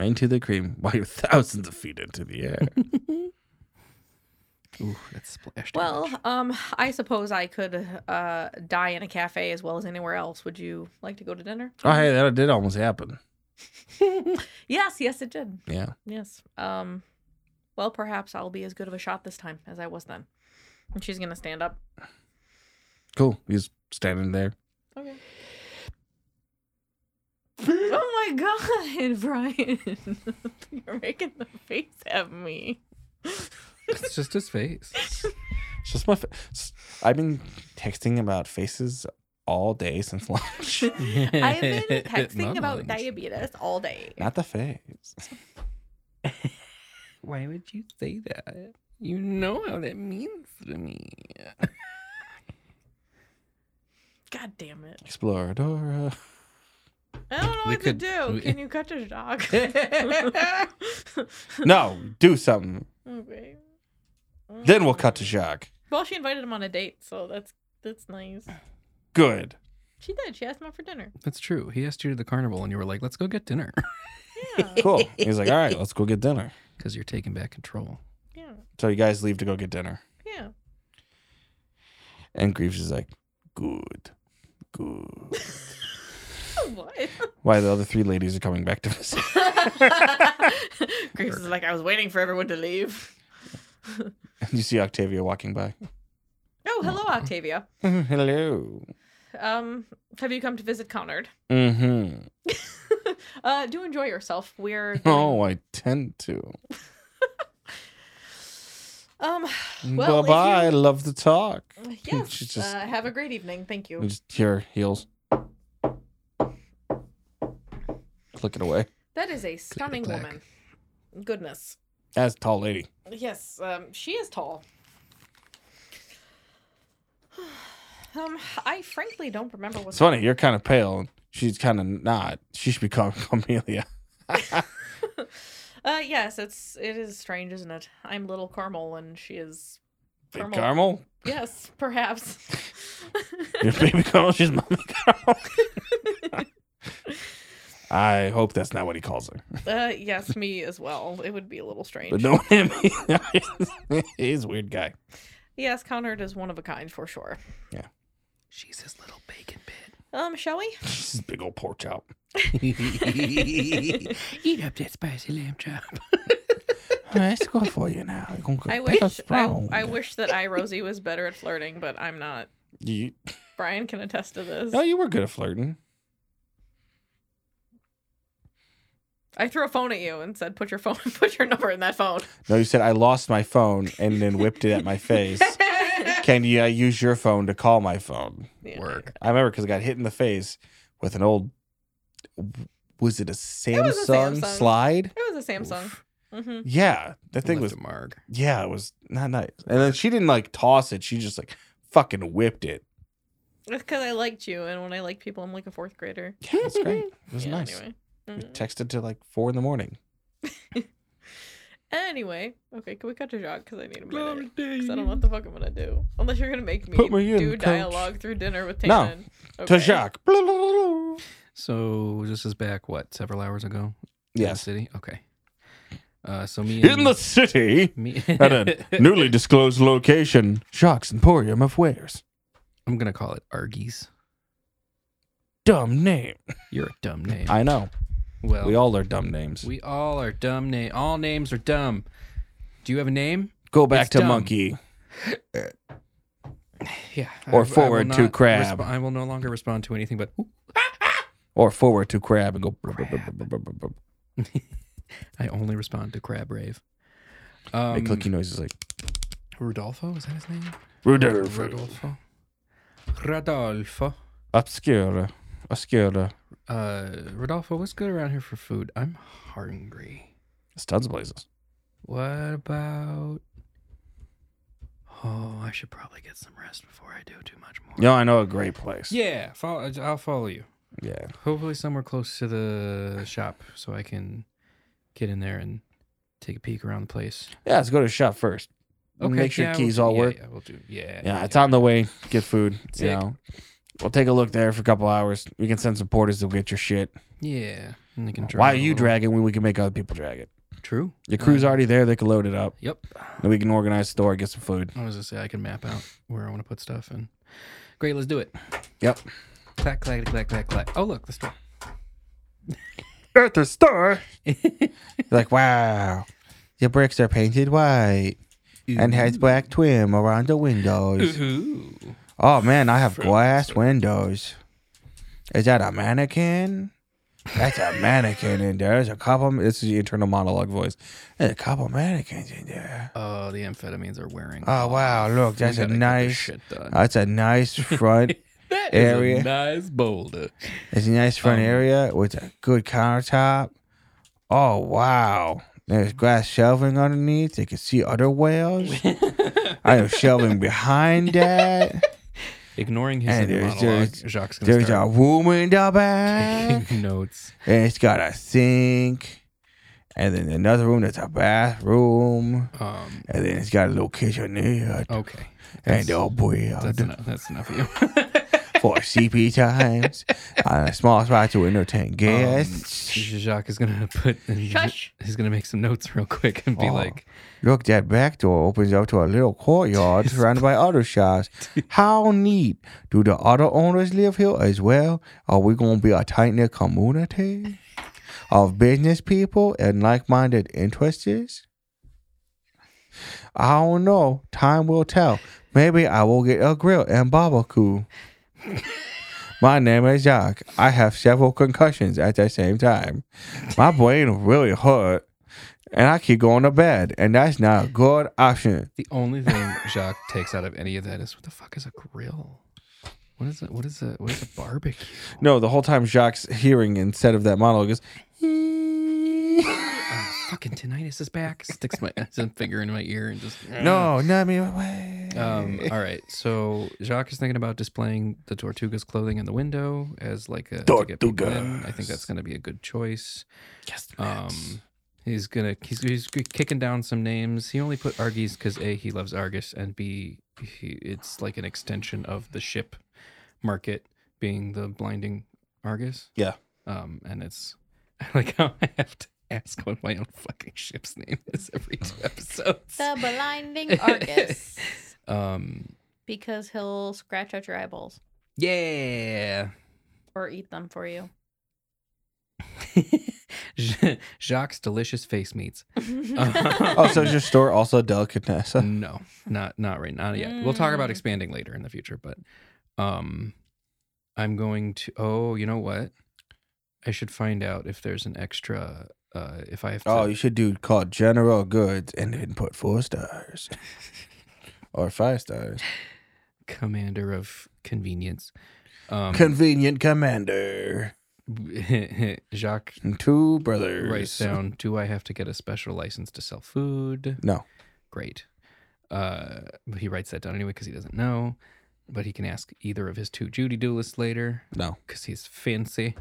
Into the cream while you're thousands of feet into the air.
Ooh, that's splashed.
Well, um, I suppose I could uh die in a cafe as well as anywhere else. Would you like to go to dinner?
oh, hey, that did almost happen.
Yes, yes, it did.
Yeah.
Yes. Um well perhaps I'll be as good of a shot this time as I was then. And she's gonna stand up.
Cool. He's standing there.
Okay. oh my god, Brian. You're making the face at me.
it's just his face.
It's just my. Fa- s- I've been texting about faces all day since lunch.
I've been texting
Mom
about
lines.
diabetes all day.
Not the face.
Why would you say that? You know how that means to me.
God damn it.
Exploradora.
I don't know
We
what
could-
to do.
we-
Can you cut your dog?
No, do something.
okay.
Then we'll cut to Jacques.
Oh, Well, she invited him on a date, so that's that's nice.
Good.
She did. She asked him out for dinner.
That's true. He asked you to the carnival, and you were like, "Let's go get dinner,"
Yeah.
Cool. He's like, all right, let's go get dinner.
because you're taking back control.
yeah.
So you guys leave to go get dinner.
Yeah.
And Greaves is like, good. Good.
What?
Why the other three ladies are coming back to visit.
Graves is like, I was waiting for everyone to leave.
you see Octavia walking by.
Oh, hello,
uh-huh.
Octavia.
Hello.
Um, have you come to visit Conard?
Mm-hmm.
Uh, do enjoy yourself. We're going-
Oh, I tend to. Oh.
um. Well,
Bye
if
bye. I love to talk.
you- Yes.
She just-
Uh, have a great evening. Thank
We
you.
just hear her heels. Click it away.
That is a stunning
clack.
woman. Goodness.
That's a tall lady.
Yes. Um, she is tall. Um, I frankly don't remember what.
It's funny. You're kind of pale. and She's kind of not. She should be called Camelia.
Uh, yes, it's it is strange, isn't it? I'm little Carmel, and she is
Big
Carmel.
Carmel.
Yes, perhaps.
Your baby Carmel. She's mommy Carmel. I hope that's not what he calls her.
uh, yes, me as well. It would be a little strange.
But no him. He's a weird guy.
Yes, Conrad is one of a kind for sure.
She's his little bacon bit.
Um, shall we?
She's a big old pork chop.
Eat up that spicy lamb chop.
Let's go for you now. You're gonna go
I
pick up
wish I,
strong.
I wish that I Rosie was better at flirting, but I'm not.
You,
Brian can attest to this.
no, you were good at flirting.
I threw a phone at you and said, "Put your phone, put your number in that phone."
No, you said I lost my phone and then whipped it at my face. Can you uh, use your phone to call my phone?
Yeah.
Work.
I remember because I got hit in the face with an old. Was it a Samsung,
was a Samsung.
slide?
It was a Samsung.
Oof.
Mm-hmm.
Yeah, that thing
Left
was.
a mark.
Yeah, it was not nice. And then she didn't like toss it. She just like fucking whipped it.
It's because I liked you, and when I like people, I'm like a fourth grader.
Yeah, it's great. It was
Yeah,
nice.
Anyway.
We
Mhm.
texted till like four in the morning.
Anyway, okay, can we cut to Jacques? Because I need a minute.
days.
Because I don't know what the fuck I'm gonna do. Unless you're gonna make me,
Put me in,
do
coach.
dialogue through dinner with
No.
Tannen.
To Jacques. Blah, blah, blah, blah.
So this is back what several hours ago. in the
Yes.
city. Okay. Uh, so me and
In the city,
me.
at a newly disclosed location, Jacques Emporium of Wares.
I'm gonna call it Argies.
Dumb name.
You're a dumb name.
I know.
well,
We all are dumb names.
we all are dumb name. All names are dumb. Do you have a name?
Go back
It's
to
dumb.
monkey.
Yeah. I-
Or
I will
forward to
not
crab.
resp- I will no longer respond to anything but "Ooh."
Or forward to crab and go. brr, brr, brr, brr, brr, brr, brr.
I only respond to crab rave. Um,
Make clicky noises like
Rudolfo is that his name?
Rudolph.
Rodolfo. Rodolfo.
Obscura. Obscura.
Uh, Rodolfo, what's good around here for food? I'm hungry.
Studs blazes.
What about? Oh, I should probably get some rest before I do too much more.
Yo, I know a great place.
Yeah, follow, I'll follow you.
Yeah.
Hopefully, somewhere close to the shop, so I can get in there and take a peek around the place.
Yeah, let's go to the shop first. Make sure
yeah,
keys
we'll,
all
yeah,
work.
Yeah, we'll do. Yeah,
Yeah, it's on the way. Get food.
Sick.
You know. We'll take a look there for a couple hours. We can send some porters to get your shit.
Yeah, and they can drag
Why are
a
you
little-
dragging when we can make other people drag it?
True.
Your crew's already there. They can load it up.
Yep.
Then we can organize store, get some food.
I was gonna say I can map out where I want to put stuff, and great, let's do it.
Yep.
Clack, clack, clack, clack, clack. Oh, look, the store.
At the store. like, wow. Your bricks are painted white and has black trim around the windows.
Ooh.
Oh man, I have glass windows. Is that a mannequin? That's a mannequin in there. There's a couple. This is the internal monologue voice. There's a couple mannequins in there.
Oh, the amphetamines are wearing.
Oh wow, look, that's
gotta
a
get this
nice.
shit done.
That's a nice front.
That
is a area.
nice boulder.
It's a nice front
Um,
area with a good countertop. Oh wow, there's glass shelving underneath. They can see other whales. I have shelving behind that.
Ignoring his
And
inner
there's-
monologue,
there's-
Jacques gonna
There's a
start
room in the back.
taking notes.
and it's got a sink, and then another room that's a bathroom,
Um,
and then it's got a little kitchenette
okay,
and a
Oh, that's
board
enough. That's enough of you.
for CP times on a small spot to
Um,
entertain guests.
Jacques is gonna put.
Shush.
He's gonna make some notes real quick and be
Oh.
like,
Look, that back door opens up to a little courtyard surrounded by other shops. How neat! Do the other owners live here as well? Are we going to be a tight knit community of business people and like minded interests? I don't know. Time will tell. Maybe I will get a grill and barbecue. My name is Jacques. I have several concussions at the same time. My brain really hurt and I keep going to bed, and that's not a good option.
the only thing Jacques takes out of any of that is what the fuck is a grill? What is it? What is a what is a barbecue?
No, the whole time Jacques hearing instead of that monologue is,
Ah, fucking tinnitus is back. Sticks my finger in my ear and just
no, not me away.
Um, all right, so Jacques is thinking about displaying the Tortuga's clothing in the window as like a to get people in. I think that's going to be a good choice.
Yes,
Um, he's gonna he's, he's kicking down some names. He only put Argus because a he loves Argus and b he, it's like an extension of the ship market being the blinding Argus.
Yeah.
Um, and it's I like how I have to ask what my own fucking ship's name is every two episodes.
The blinding Argus.
Um,
because he'll scratch out your eyeballs
yeah.
or eat them for you.
Jacques' delicious face meats.
oh, so is your store also a delicatessen?
No, not not right now. Not yet. We'll talk
Mm.
about expanding later in the future, but um, I'm going to. Oh, you know what? I should find out if there's an extra. Uh, if I have to.
Oh, you should do called General Goods and then put four stars or five stars.
commander of convenience. Um,
Convenient Commander,
Jacques
and two brothers.
writes down. Do I have to get a special license to sell food?
No.
great. Uh, but he writes that down anyway because he doesn't know. But he can ask either of his two Judy duelists later
No.
because he's fancy.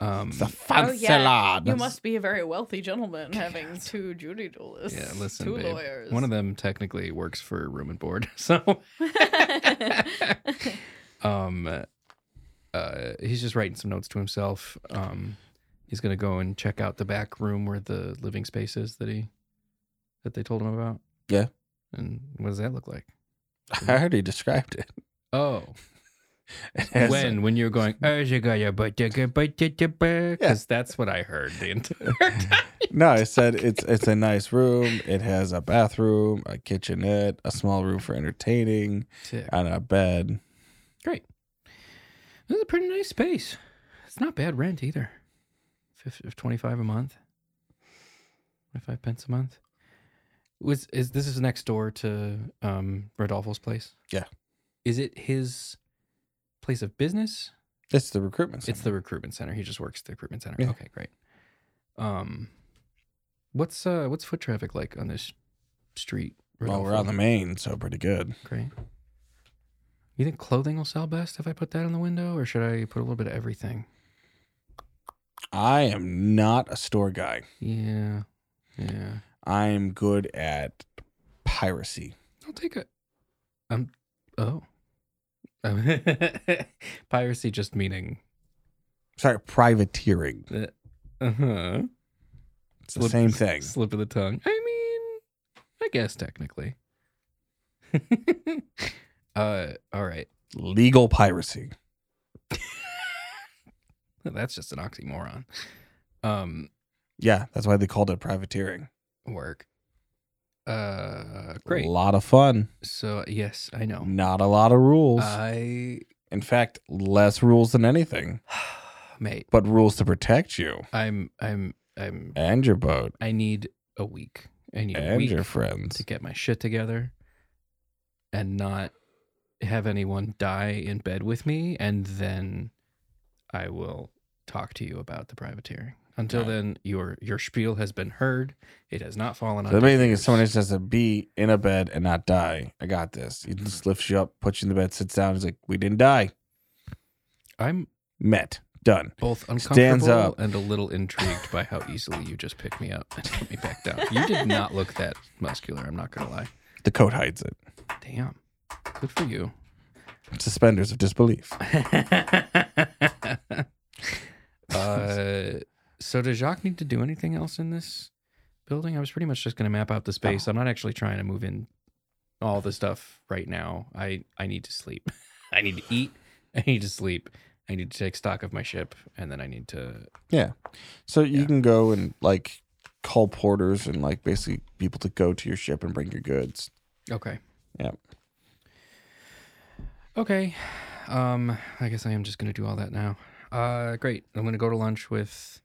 Um,
The fancy lad.
Oh, You must be a very wealthy gentleman having two Judy duelists.
yeah, listen,
two
babe.
lawyers.
One of them technically works for room and board, so um, uh, he's just writing some notes to himself. Um, he's gonna go and check out the back room where the living space is that he that they told him about.
Yeah.
And what does that look like?
I heard he described it.
Oh,
As-
when when you're going because that's what I heard the entire time.
No, I said it's it's a nice room. It has a bathroom, a kitchenette, a small room for entertaining,
Sick.
and a bed.
Great. This is a pretty nice space. It's not bad rent either. Fif- Twenty-five a month. Twenty-five pence a month. Was is this is next door to um Rodolfo's place?
Yeah.
Is it his place of business?
It's the recruitment. Center.
It's the recruitment center. He just works at the recruitment center.
Yeah.
Okay, great. Um, What's uh what's foot traffic like on this street?
Well,
Rodolfo?
we're on the main, so pretty good.
Great. You think clothing will sell best if I put that in the window, or should I put a little bit of everything?
I am not a store guy.
Yeah, yeah.
I am good at piracy.
I'll take it. Um. Oh. Um, Piracy just meaning.
Sorry, privateering.
Uh huh.
It's the same thing.
Slip of the tongue. I mean, I guess technically. uh. All right.
Legal piracy.
That's just an oxymoron. Um.
Yeah, that's why they called it privateering.
Work. Uh. Great. Oh.
A lot of fun.
So yes, I know.
Not a lot of rules.
Uh, I,
In fact, less rules than anything,
mate,
but rules to protect you
I'm, I'm, I'm.
and your boat
I need a week. I need a
and
week
your friends.
to get my shit together, and not have anyone die in bed with me, and then I will talk to you about the privateering. Until
Right.
then, your your spiel has been heard. It has not fallen on.
The main
deaf
thing is
ears.
someone just has to be in a bed and not die. I got this. He just lifts you up, puts you in the bed, sits down. He's like, "We didn't die.
I'm
Met. Done."
both uncomfortable
Stands up.
and a little intrigued by how easily you just picked me up and put me back down. You did not look that muscular. I'm not gonna lie.
The coat hides it.
Damn. Good for you.
Suspenders of disbelief.
uh, so does Jacques need to do anything else in this building? I was pretty much just going to map out the space. I'm not actually trying to move in all the stuff right now. I I need to sleep. I need to eat. I need to sleep. I need to take stock of my ship, and then I need to.
So you
Yeah.
can go and like call porters and like basically people to go to your ship and bring your goods.
Okay.
Yep.
Okay. Um, I guess I am just gonna do all that now. Uh, great. I'm gonna go to lunch with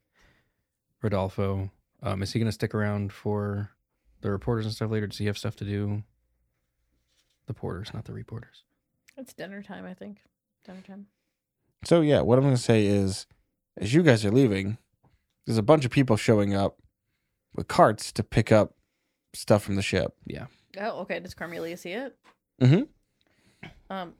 Rodolfo. Um, is he gonna stick around for the reporters and stuff later? Does he have stuff to do? The porters, not the reporters.
It's dinner time, I think. Dinner time.
So yeah, what I'm gonna say is, as you guys are leaving, there's a bunch of people showing up with carts to pick up stuff from the ship.
Oh, okay. Does Carmelia see it?
Mhm.
Um,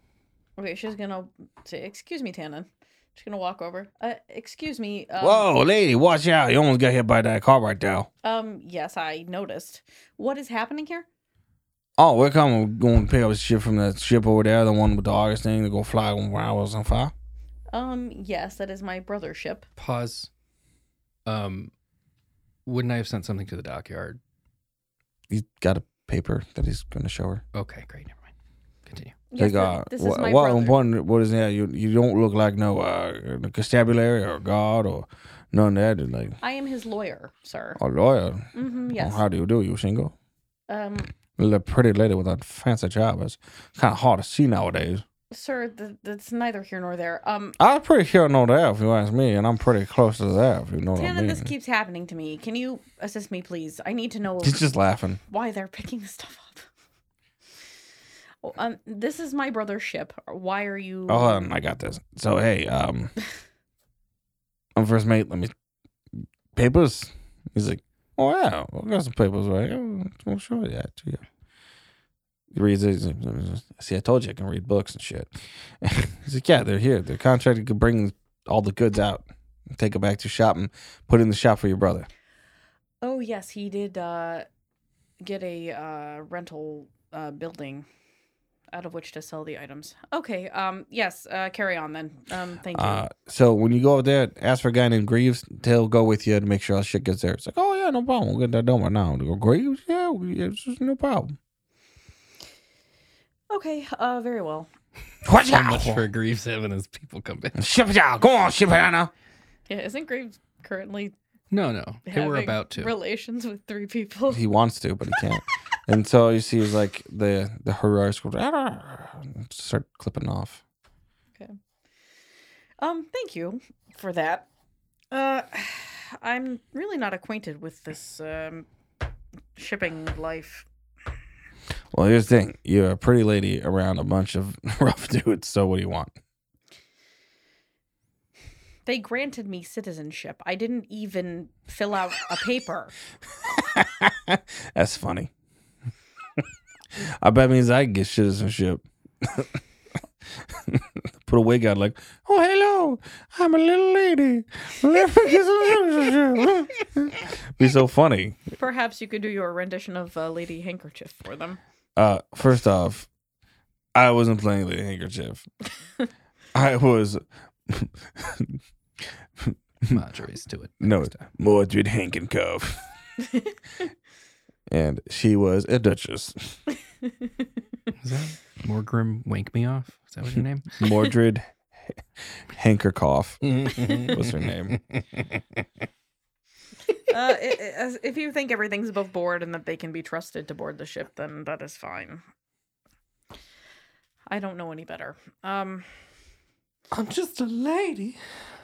okay. She's gonna say, "Excuse me, Tannen." She's gonna walk over. Uh, excuse me. Um,
Whoa, lady, watch out! You almost got hit by that car right now.
Um, yes, I noticed. What is happening here?
Oh, we're coming. We're going to pick up ship from that ship over there, the one with the August thing to go fly when I was on fire.
Um, yes, that is my brother's ship.
Pause. Um, wouldn't I have sent something to the dockyard?
He's got a paper that he's going to show her.
Okay, great. Never mind. Continue.
Yes,
Like, uh,
th- this is
wha-
my
what,
brother.
one- what is that? You, you don't look like no uh, constabulary or guard or none of that. and Like,
I am his lawyer, sir.
a lawyer.
Mm-hmm, yes.
Oh, how do you do? You single?
Um,
Little pretty lady with a fancy job. It's kind of hard to see nowadays.
sir, th- that's neither here nor there. Um,
I'm pretty sure no there, if you ask me, and I'm pretty close to that, if you know what I
Tannen,
mean.
this keeps happening to me. Can you assist me, please? I need to know.
He's just laughing.
why they're picking stuff up. Oh, um, this is my brother's ship. Why are you?
Oh, hold on, I got this. So hey, um, I'm first mate. Let me papers. He's like, oh yeah, I got some papers right. here. I'll show you that to you. He reads it. he's like, "Mm, See, I told you I can read books and shit. he's like, yeah, they're here. They're contracted to bring all the goods out, and take them back to shop and put it in the shop for your brother.
oh yes, he did uh, get a uh, rental uh, building out of which to sell the items. Okay. Um. Yes. Uh, carry on then. Um. Thank you.
Uh, so when you go over there, ask for a guy named Greaves. He'll go with you to make sure all shit gets there. It's like, oh yeah, no problem. We'll get that done right now. They go, Greaves, yeah, we- it's just no problem.
okay. Uh. Very well.
Watch
So much for Greaves having his people come back.
Ship it out. Go on, ship it out now.
Yeah. Isn't Graves currently
No, no, they were about to.
relations with three people?
He wants to, but he can't. and so you see, is like the the heroic scroll start clipping off.
Um. Thank you for that. Uh. I'm really not acquainted with this um shipping life.
Well, here's the thing: you're a pretty lady around a bunch of rough dudes. So what do you want?
They granted me citizenship. I didn't even fill out a paper.
That's funny. I bet means I can get citizenship. Put a wig on, like, oh hello, I'm a little lady. Let me get some citizenship." Be so funny.
Perhaps you could do your rendition of uh, Lady Handkerchief for them.
Uh, first off, I wasn't playing the handkerchief. I was
Marjorie's to it.
no Mordred Hankenkoff, and she was a duchess.
Is that Morgrim Wank Me Off? Is that what your name?
Mordred Hankerkoff was her name.
Uh, i- i- as- if you think everything's above board and that they can be trusted to board the ship, then that is fine. I don't know any better. Um,
I'm just a lady.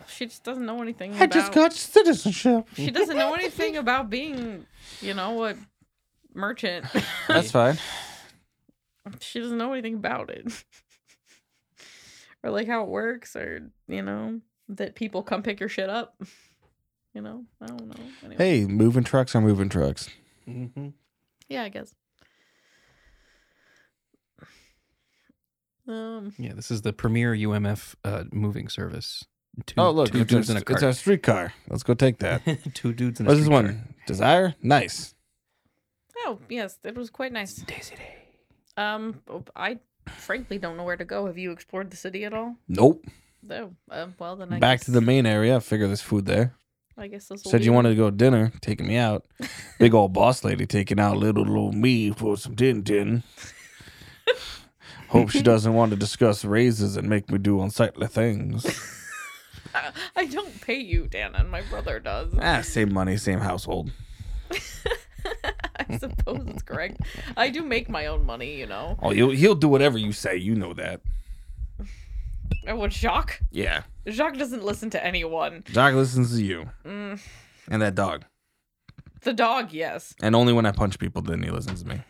she just doesn't know anything.
I just
about-
got citizenship.
She doesn't know anything about being, you know, a merchant.
That's fine.
she doesn't know anything about it or like how it works or you know that people come pick your shit up you know i don't know anyway.
Hey, moving trucks are moving trucks.
Mm-hmm.
yeah i guess um
Yeah, this is the premier UMF uh, moving service. Two,
Oh, look,
two
it's,
dudes
a,
in a
it's
cart.
a streetcar. Let's go take that.
two dudes in a
What's this
street
one?
cart.
Desire? Nice.
oh yes it was quite nice
Daisy Day.
um i frankly don't know where to go have you explored the city at all
Nope.
no uh, well then i
Back
guess,
to the main area. I figure there's food there.
i guess this will
Said
be
you
it.
wanted to go to dinner, taking me out. Big old boss lady taking out little old me for some din din. Hope she doesn't want to discuss raises and make me do unsightly things.
i don't pay you dana my brother does
ah, same money, same household.
i suppose it's correct i do make my own money you know
Oh, you'll he'll do whatever you say. You know that.
and what shock
Yeah,
Jacques doesn't listen to anyone.
Jock listens to you
Mm,
and that dog,
the dog, yes.
and only when I punch people then he listens to me.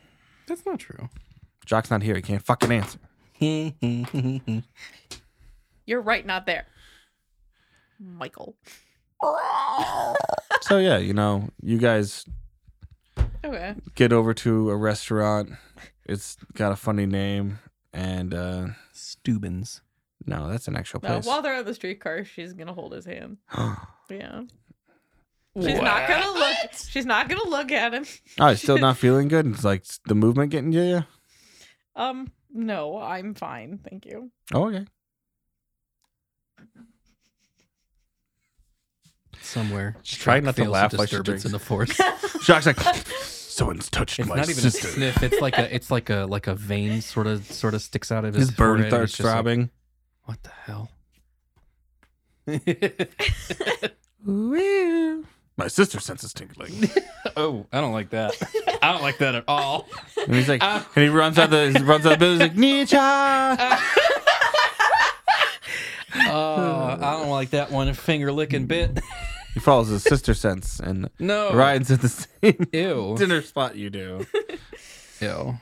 That's not true.
Jock's not here. He can't fucking answer.
You're right, not there. Michael.
so yeah, you know, you guys
Okay.
get over to a restaurant. It's got a funny name, and uh
Stubins.
no, that's an actual
No,
place. Oh,
while they're on the streetcar, she's gonna hold his hand. Yeah. She's
What?
not gonna look. She's not gonna look at him.
Oh, it's still not feeling good. It's like the movement getting to you.
Um. No, I'm fine, thank you.
Oh, okay.
Somewhere.
She's trying not to
Feels a
laugh like she
disturbance in the force.
Jock's like, someone's touched
It's
my
not even
sister.
a sniff. It's like a it's like a like a vein sort of sort of sticks out of his,
His burn
forehead.
starts
It's just like,
throbbing.
what the hell?
my sister senses tingling.
oh, I don't like that. I don't like that at all.
And he's like,
Ah.
and he runs out the he runs out the building. He's like, Nietzsche.
Oh, I don't like that one finger licking bit.
He follows his sister sense and
No.
rides at the same
Ew.
dinner spot you do.
Ew.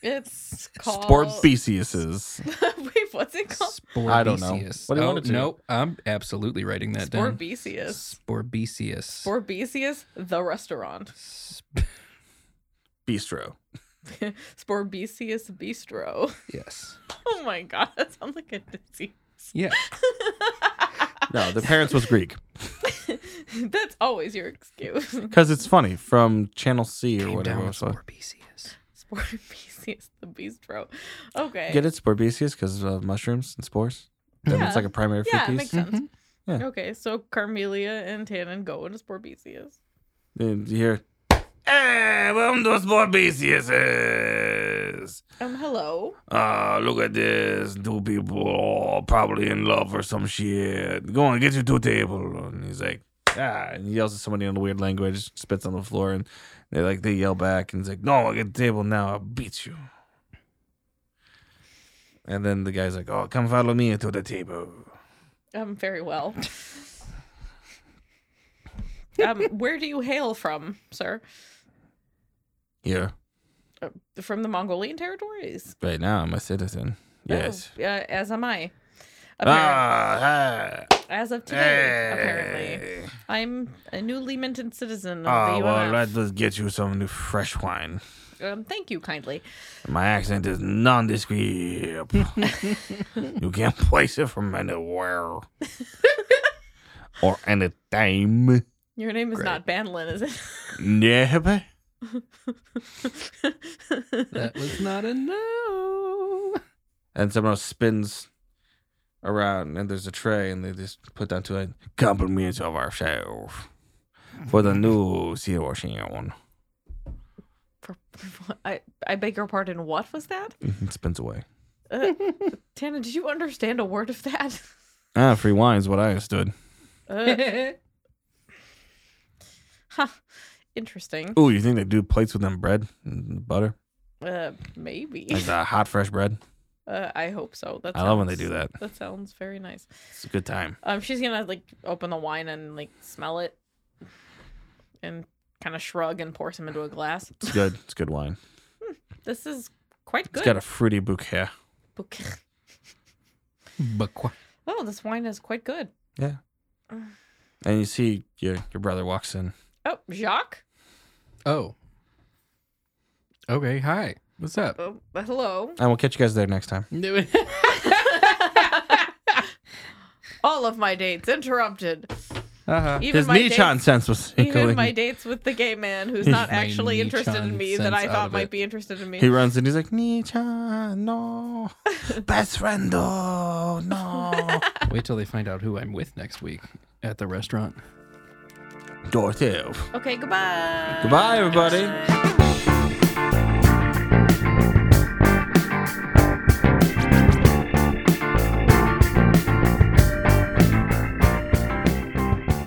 It's called.
Sport Theseuses.
Wait, what's it called?
I don't know.
Sporbecious.
What do you
oh,
want it to?
Nope. I'm absolutely writing that down.
Sporbesius.
Sporbecious.
Sporbesius, the restaurant.
Sp-
Bistro.
Sporbesius Bistro.
yes.
Oh my god, that sounds like a disease.
Yeah.
No, the parents was Greek
That's always your excuse.
because it's funny from Channel C or
Came
whatever.
down
it was
with
called.
Sporbecious.
Sporbesius the bistro. Okay.
Get it, Sporbezius, because of uh, mushrooms and spores. That
Yeah.
means like a primary food
Yeah, it
piece. Mm-hmm.
makes sense.
Yeah.
Okay, so Carmelia and Tannen go into Sporbesius.
And you hear, hey, Eh, welcome to Sporbeziuses.
Um, hello.
Ah, look at this. Two people oh, probably in love or some shit. Go on, get your two table. And he's like, ah, and he yells at somebody in a weird language, spits on the floor, and they like they yell back, and he's like, no, I get the table now. I'll beat you. And then the guy's like, oh, come follow me to the table.
Um, very well. um, where do you hail from, sir?
Here,
Uh, from the Mongolian territories.
right now, I'm a citizen.
Oh,
Yes.
uh, as am I. Oh, Apparently,
Ah, ah,
as of today, apparently.
hey.
I'm a newly minted citizen of
Ah,
the
well,
UMF.
let us get you some new fresh wine.
Um, thank you kindly.
My accent is nondescript. you can't place it from anywhere or anytime.
Your name is not Banlin, is it?
Nope.
That was not a no.
and someone else spins around and there's a tray and they just put down two like compliments of ourselves for the new situation.
For, for- I, I beg your pardon. What was that?
It spins away.
Uh, Tana, did you understand a word of that?
Ah, free wine is what I understood.
Uh, huh. Interesting.
Ooh, you think they do plates with them bread and butter?
Uh, maybe.
Like the hot fresh bread?
Uh, I hope so. That
I love when they
sounds-
do that.
That sounds very nice.
It's a good time.
Um, she's gonna like open the wine and like smell it, and kind of shrug and pour some into a glass.
It's good. It's good wine.
This is quite
It's
good.
got a fruity bouquet.
Bouquet.
But qu-
Oh, this wine is quite good.
And you see your your brother walks in.
Oh, Jacques.
oh, okay. Hi, what's up? Uh-huh.
Oh, hello.
And we'll catch you guys there next time.
All of my dates interrupted.
Uh-huh.
Even
His
my dates,
Nichon sense was
even
tickling.
my dates with the gay man who's not
My
actually interested in
Nichon
me that
sense
I
out
thought
of
might
it.
be interested in me.
He runs and he's like, Nichon, no. Best friend, oh, no.
Wait till they find out who I'm with next week at the restaurant.
Dorothy.
okay, goodbye.
Goodbye, everybody.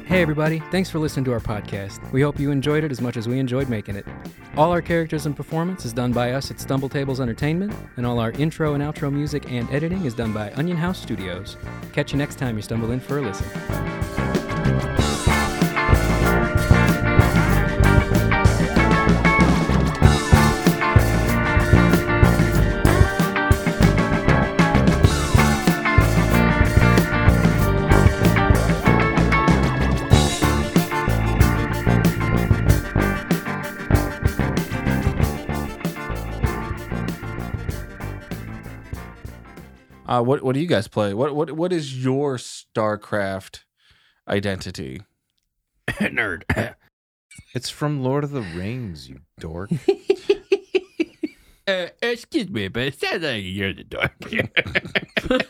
Hey, everybody, thanks for listening to our podcast. We hope you enjoyed it as much as we enjoyed making it. All our characters and performance is done by us at Stumble Tables Entertainment, and all our intro and outro music and editing is done by Onion House Studios. Catch you next time you stumble in for a listen.
Uh, what what do you guys play? What what what is your StarCraft identity?
Nerd.
It's from Lord of the Rings, you dork.
Uh, excuse me, but it sounds like you're the dork.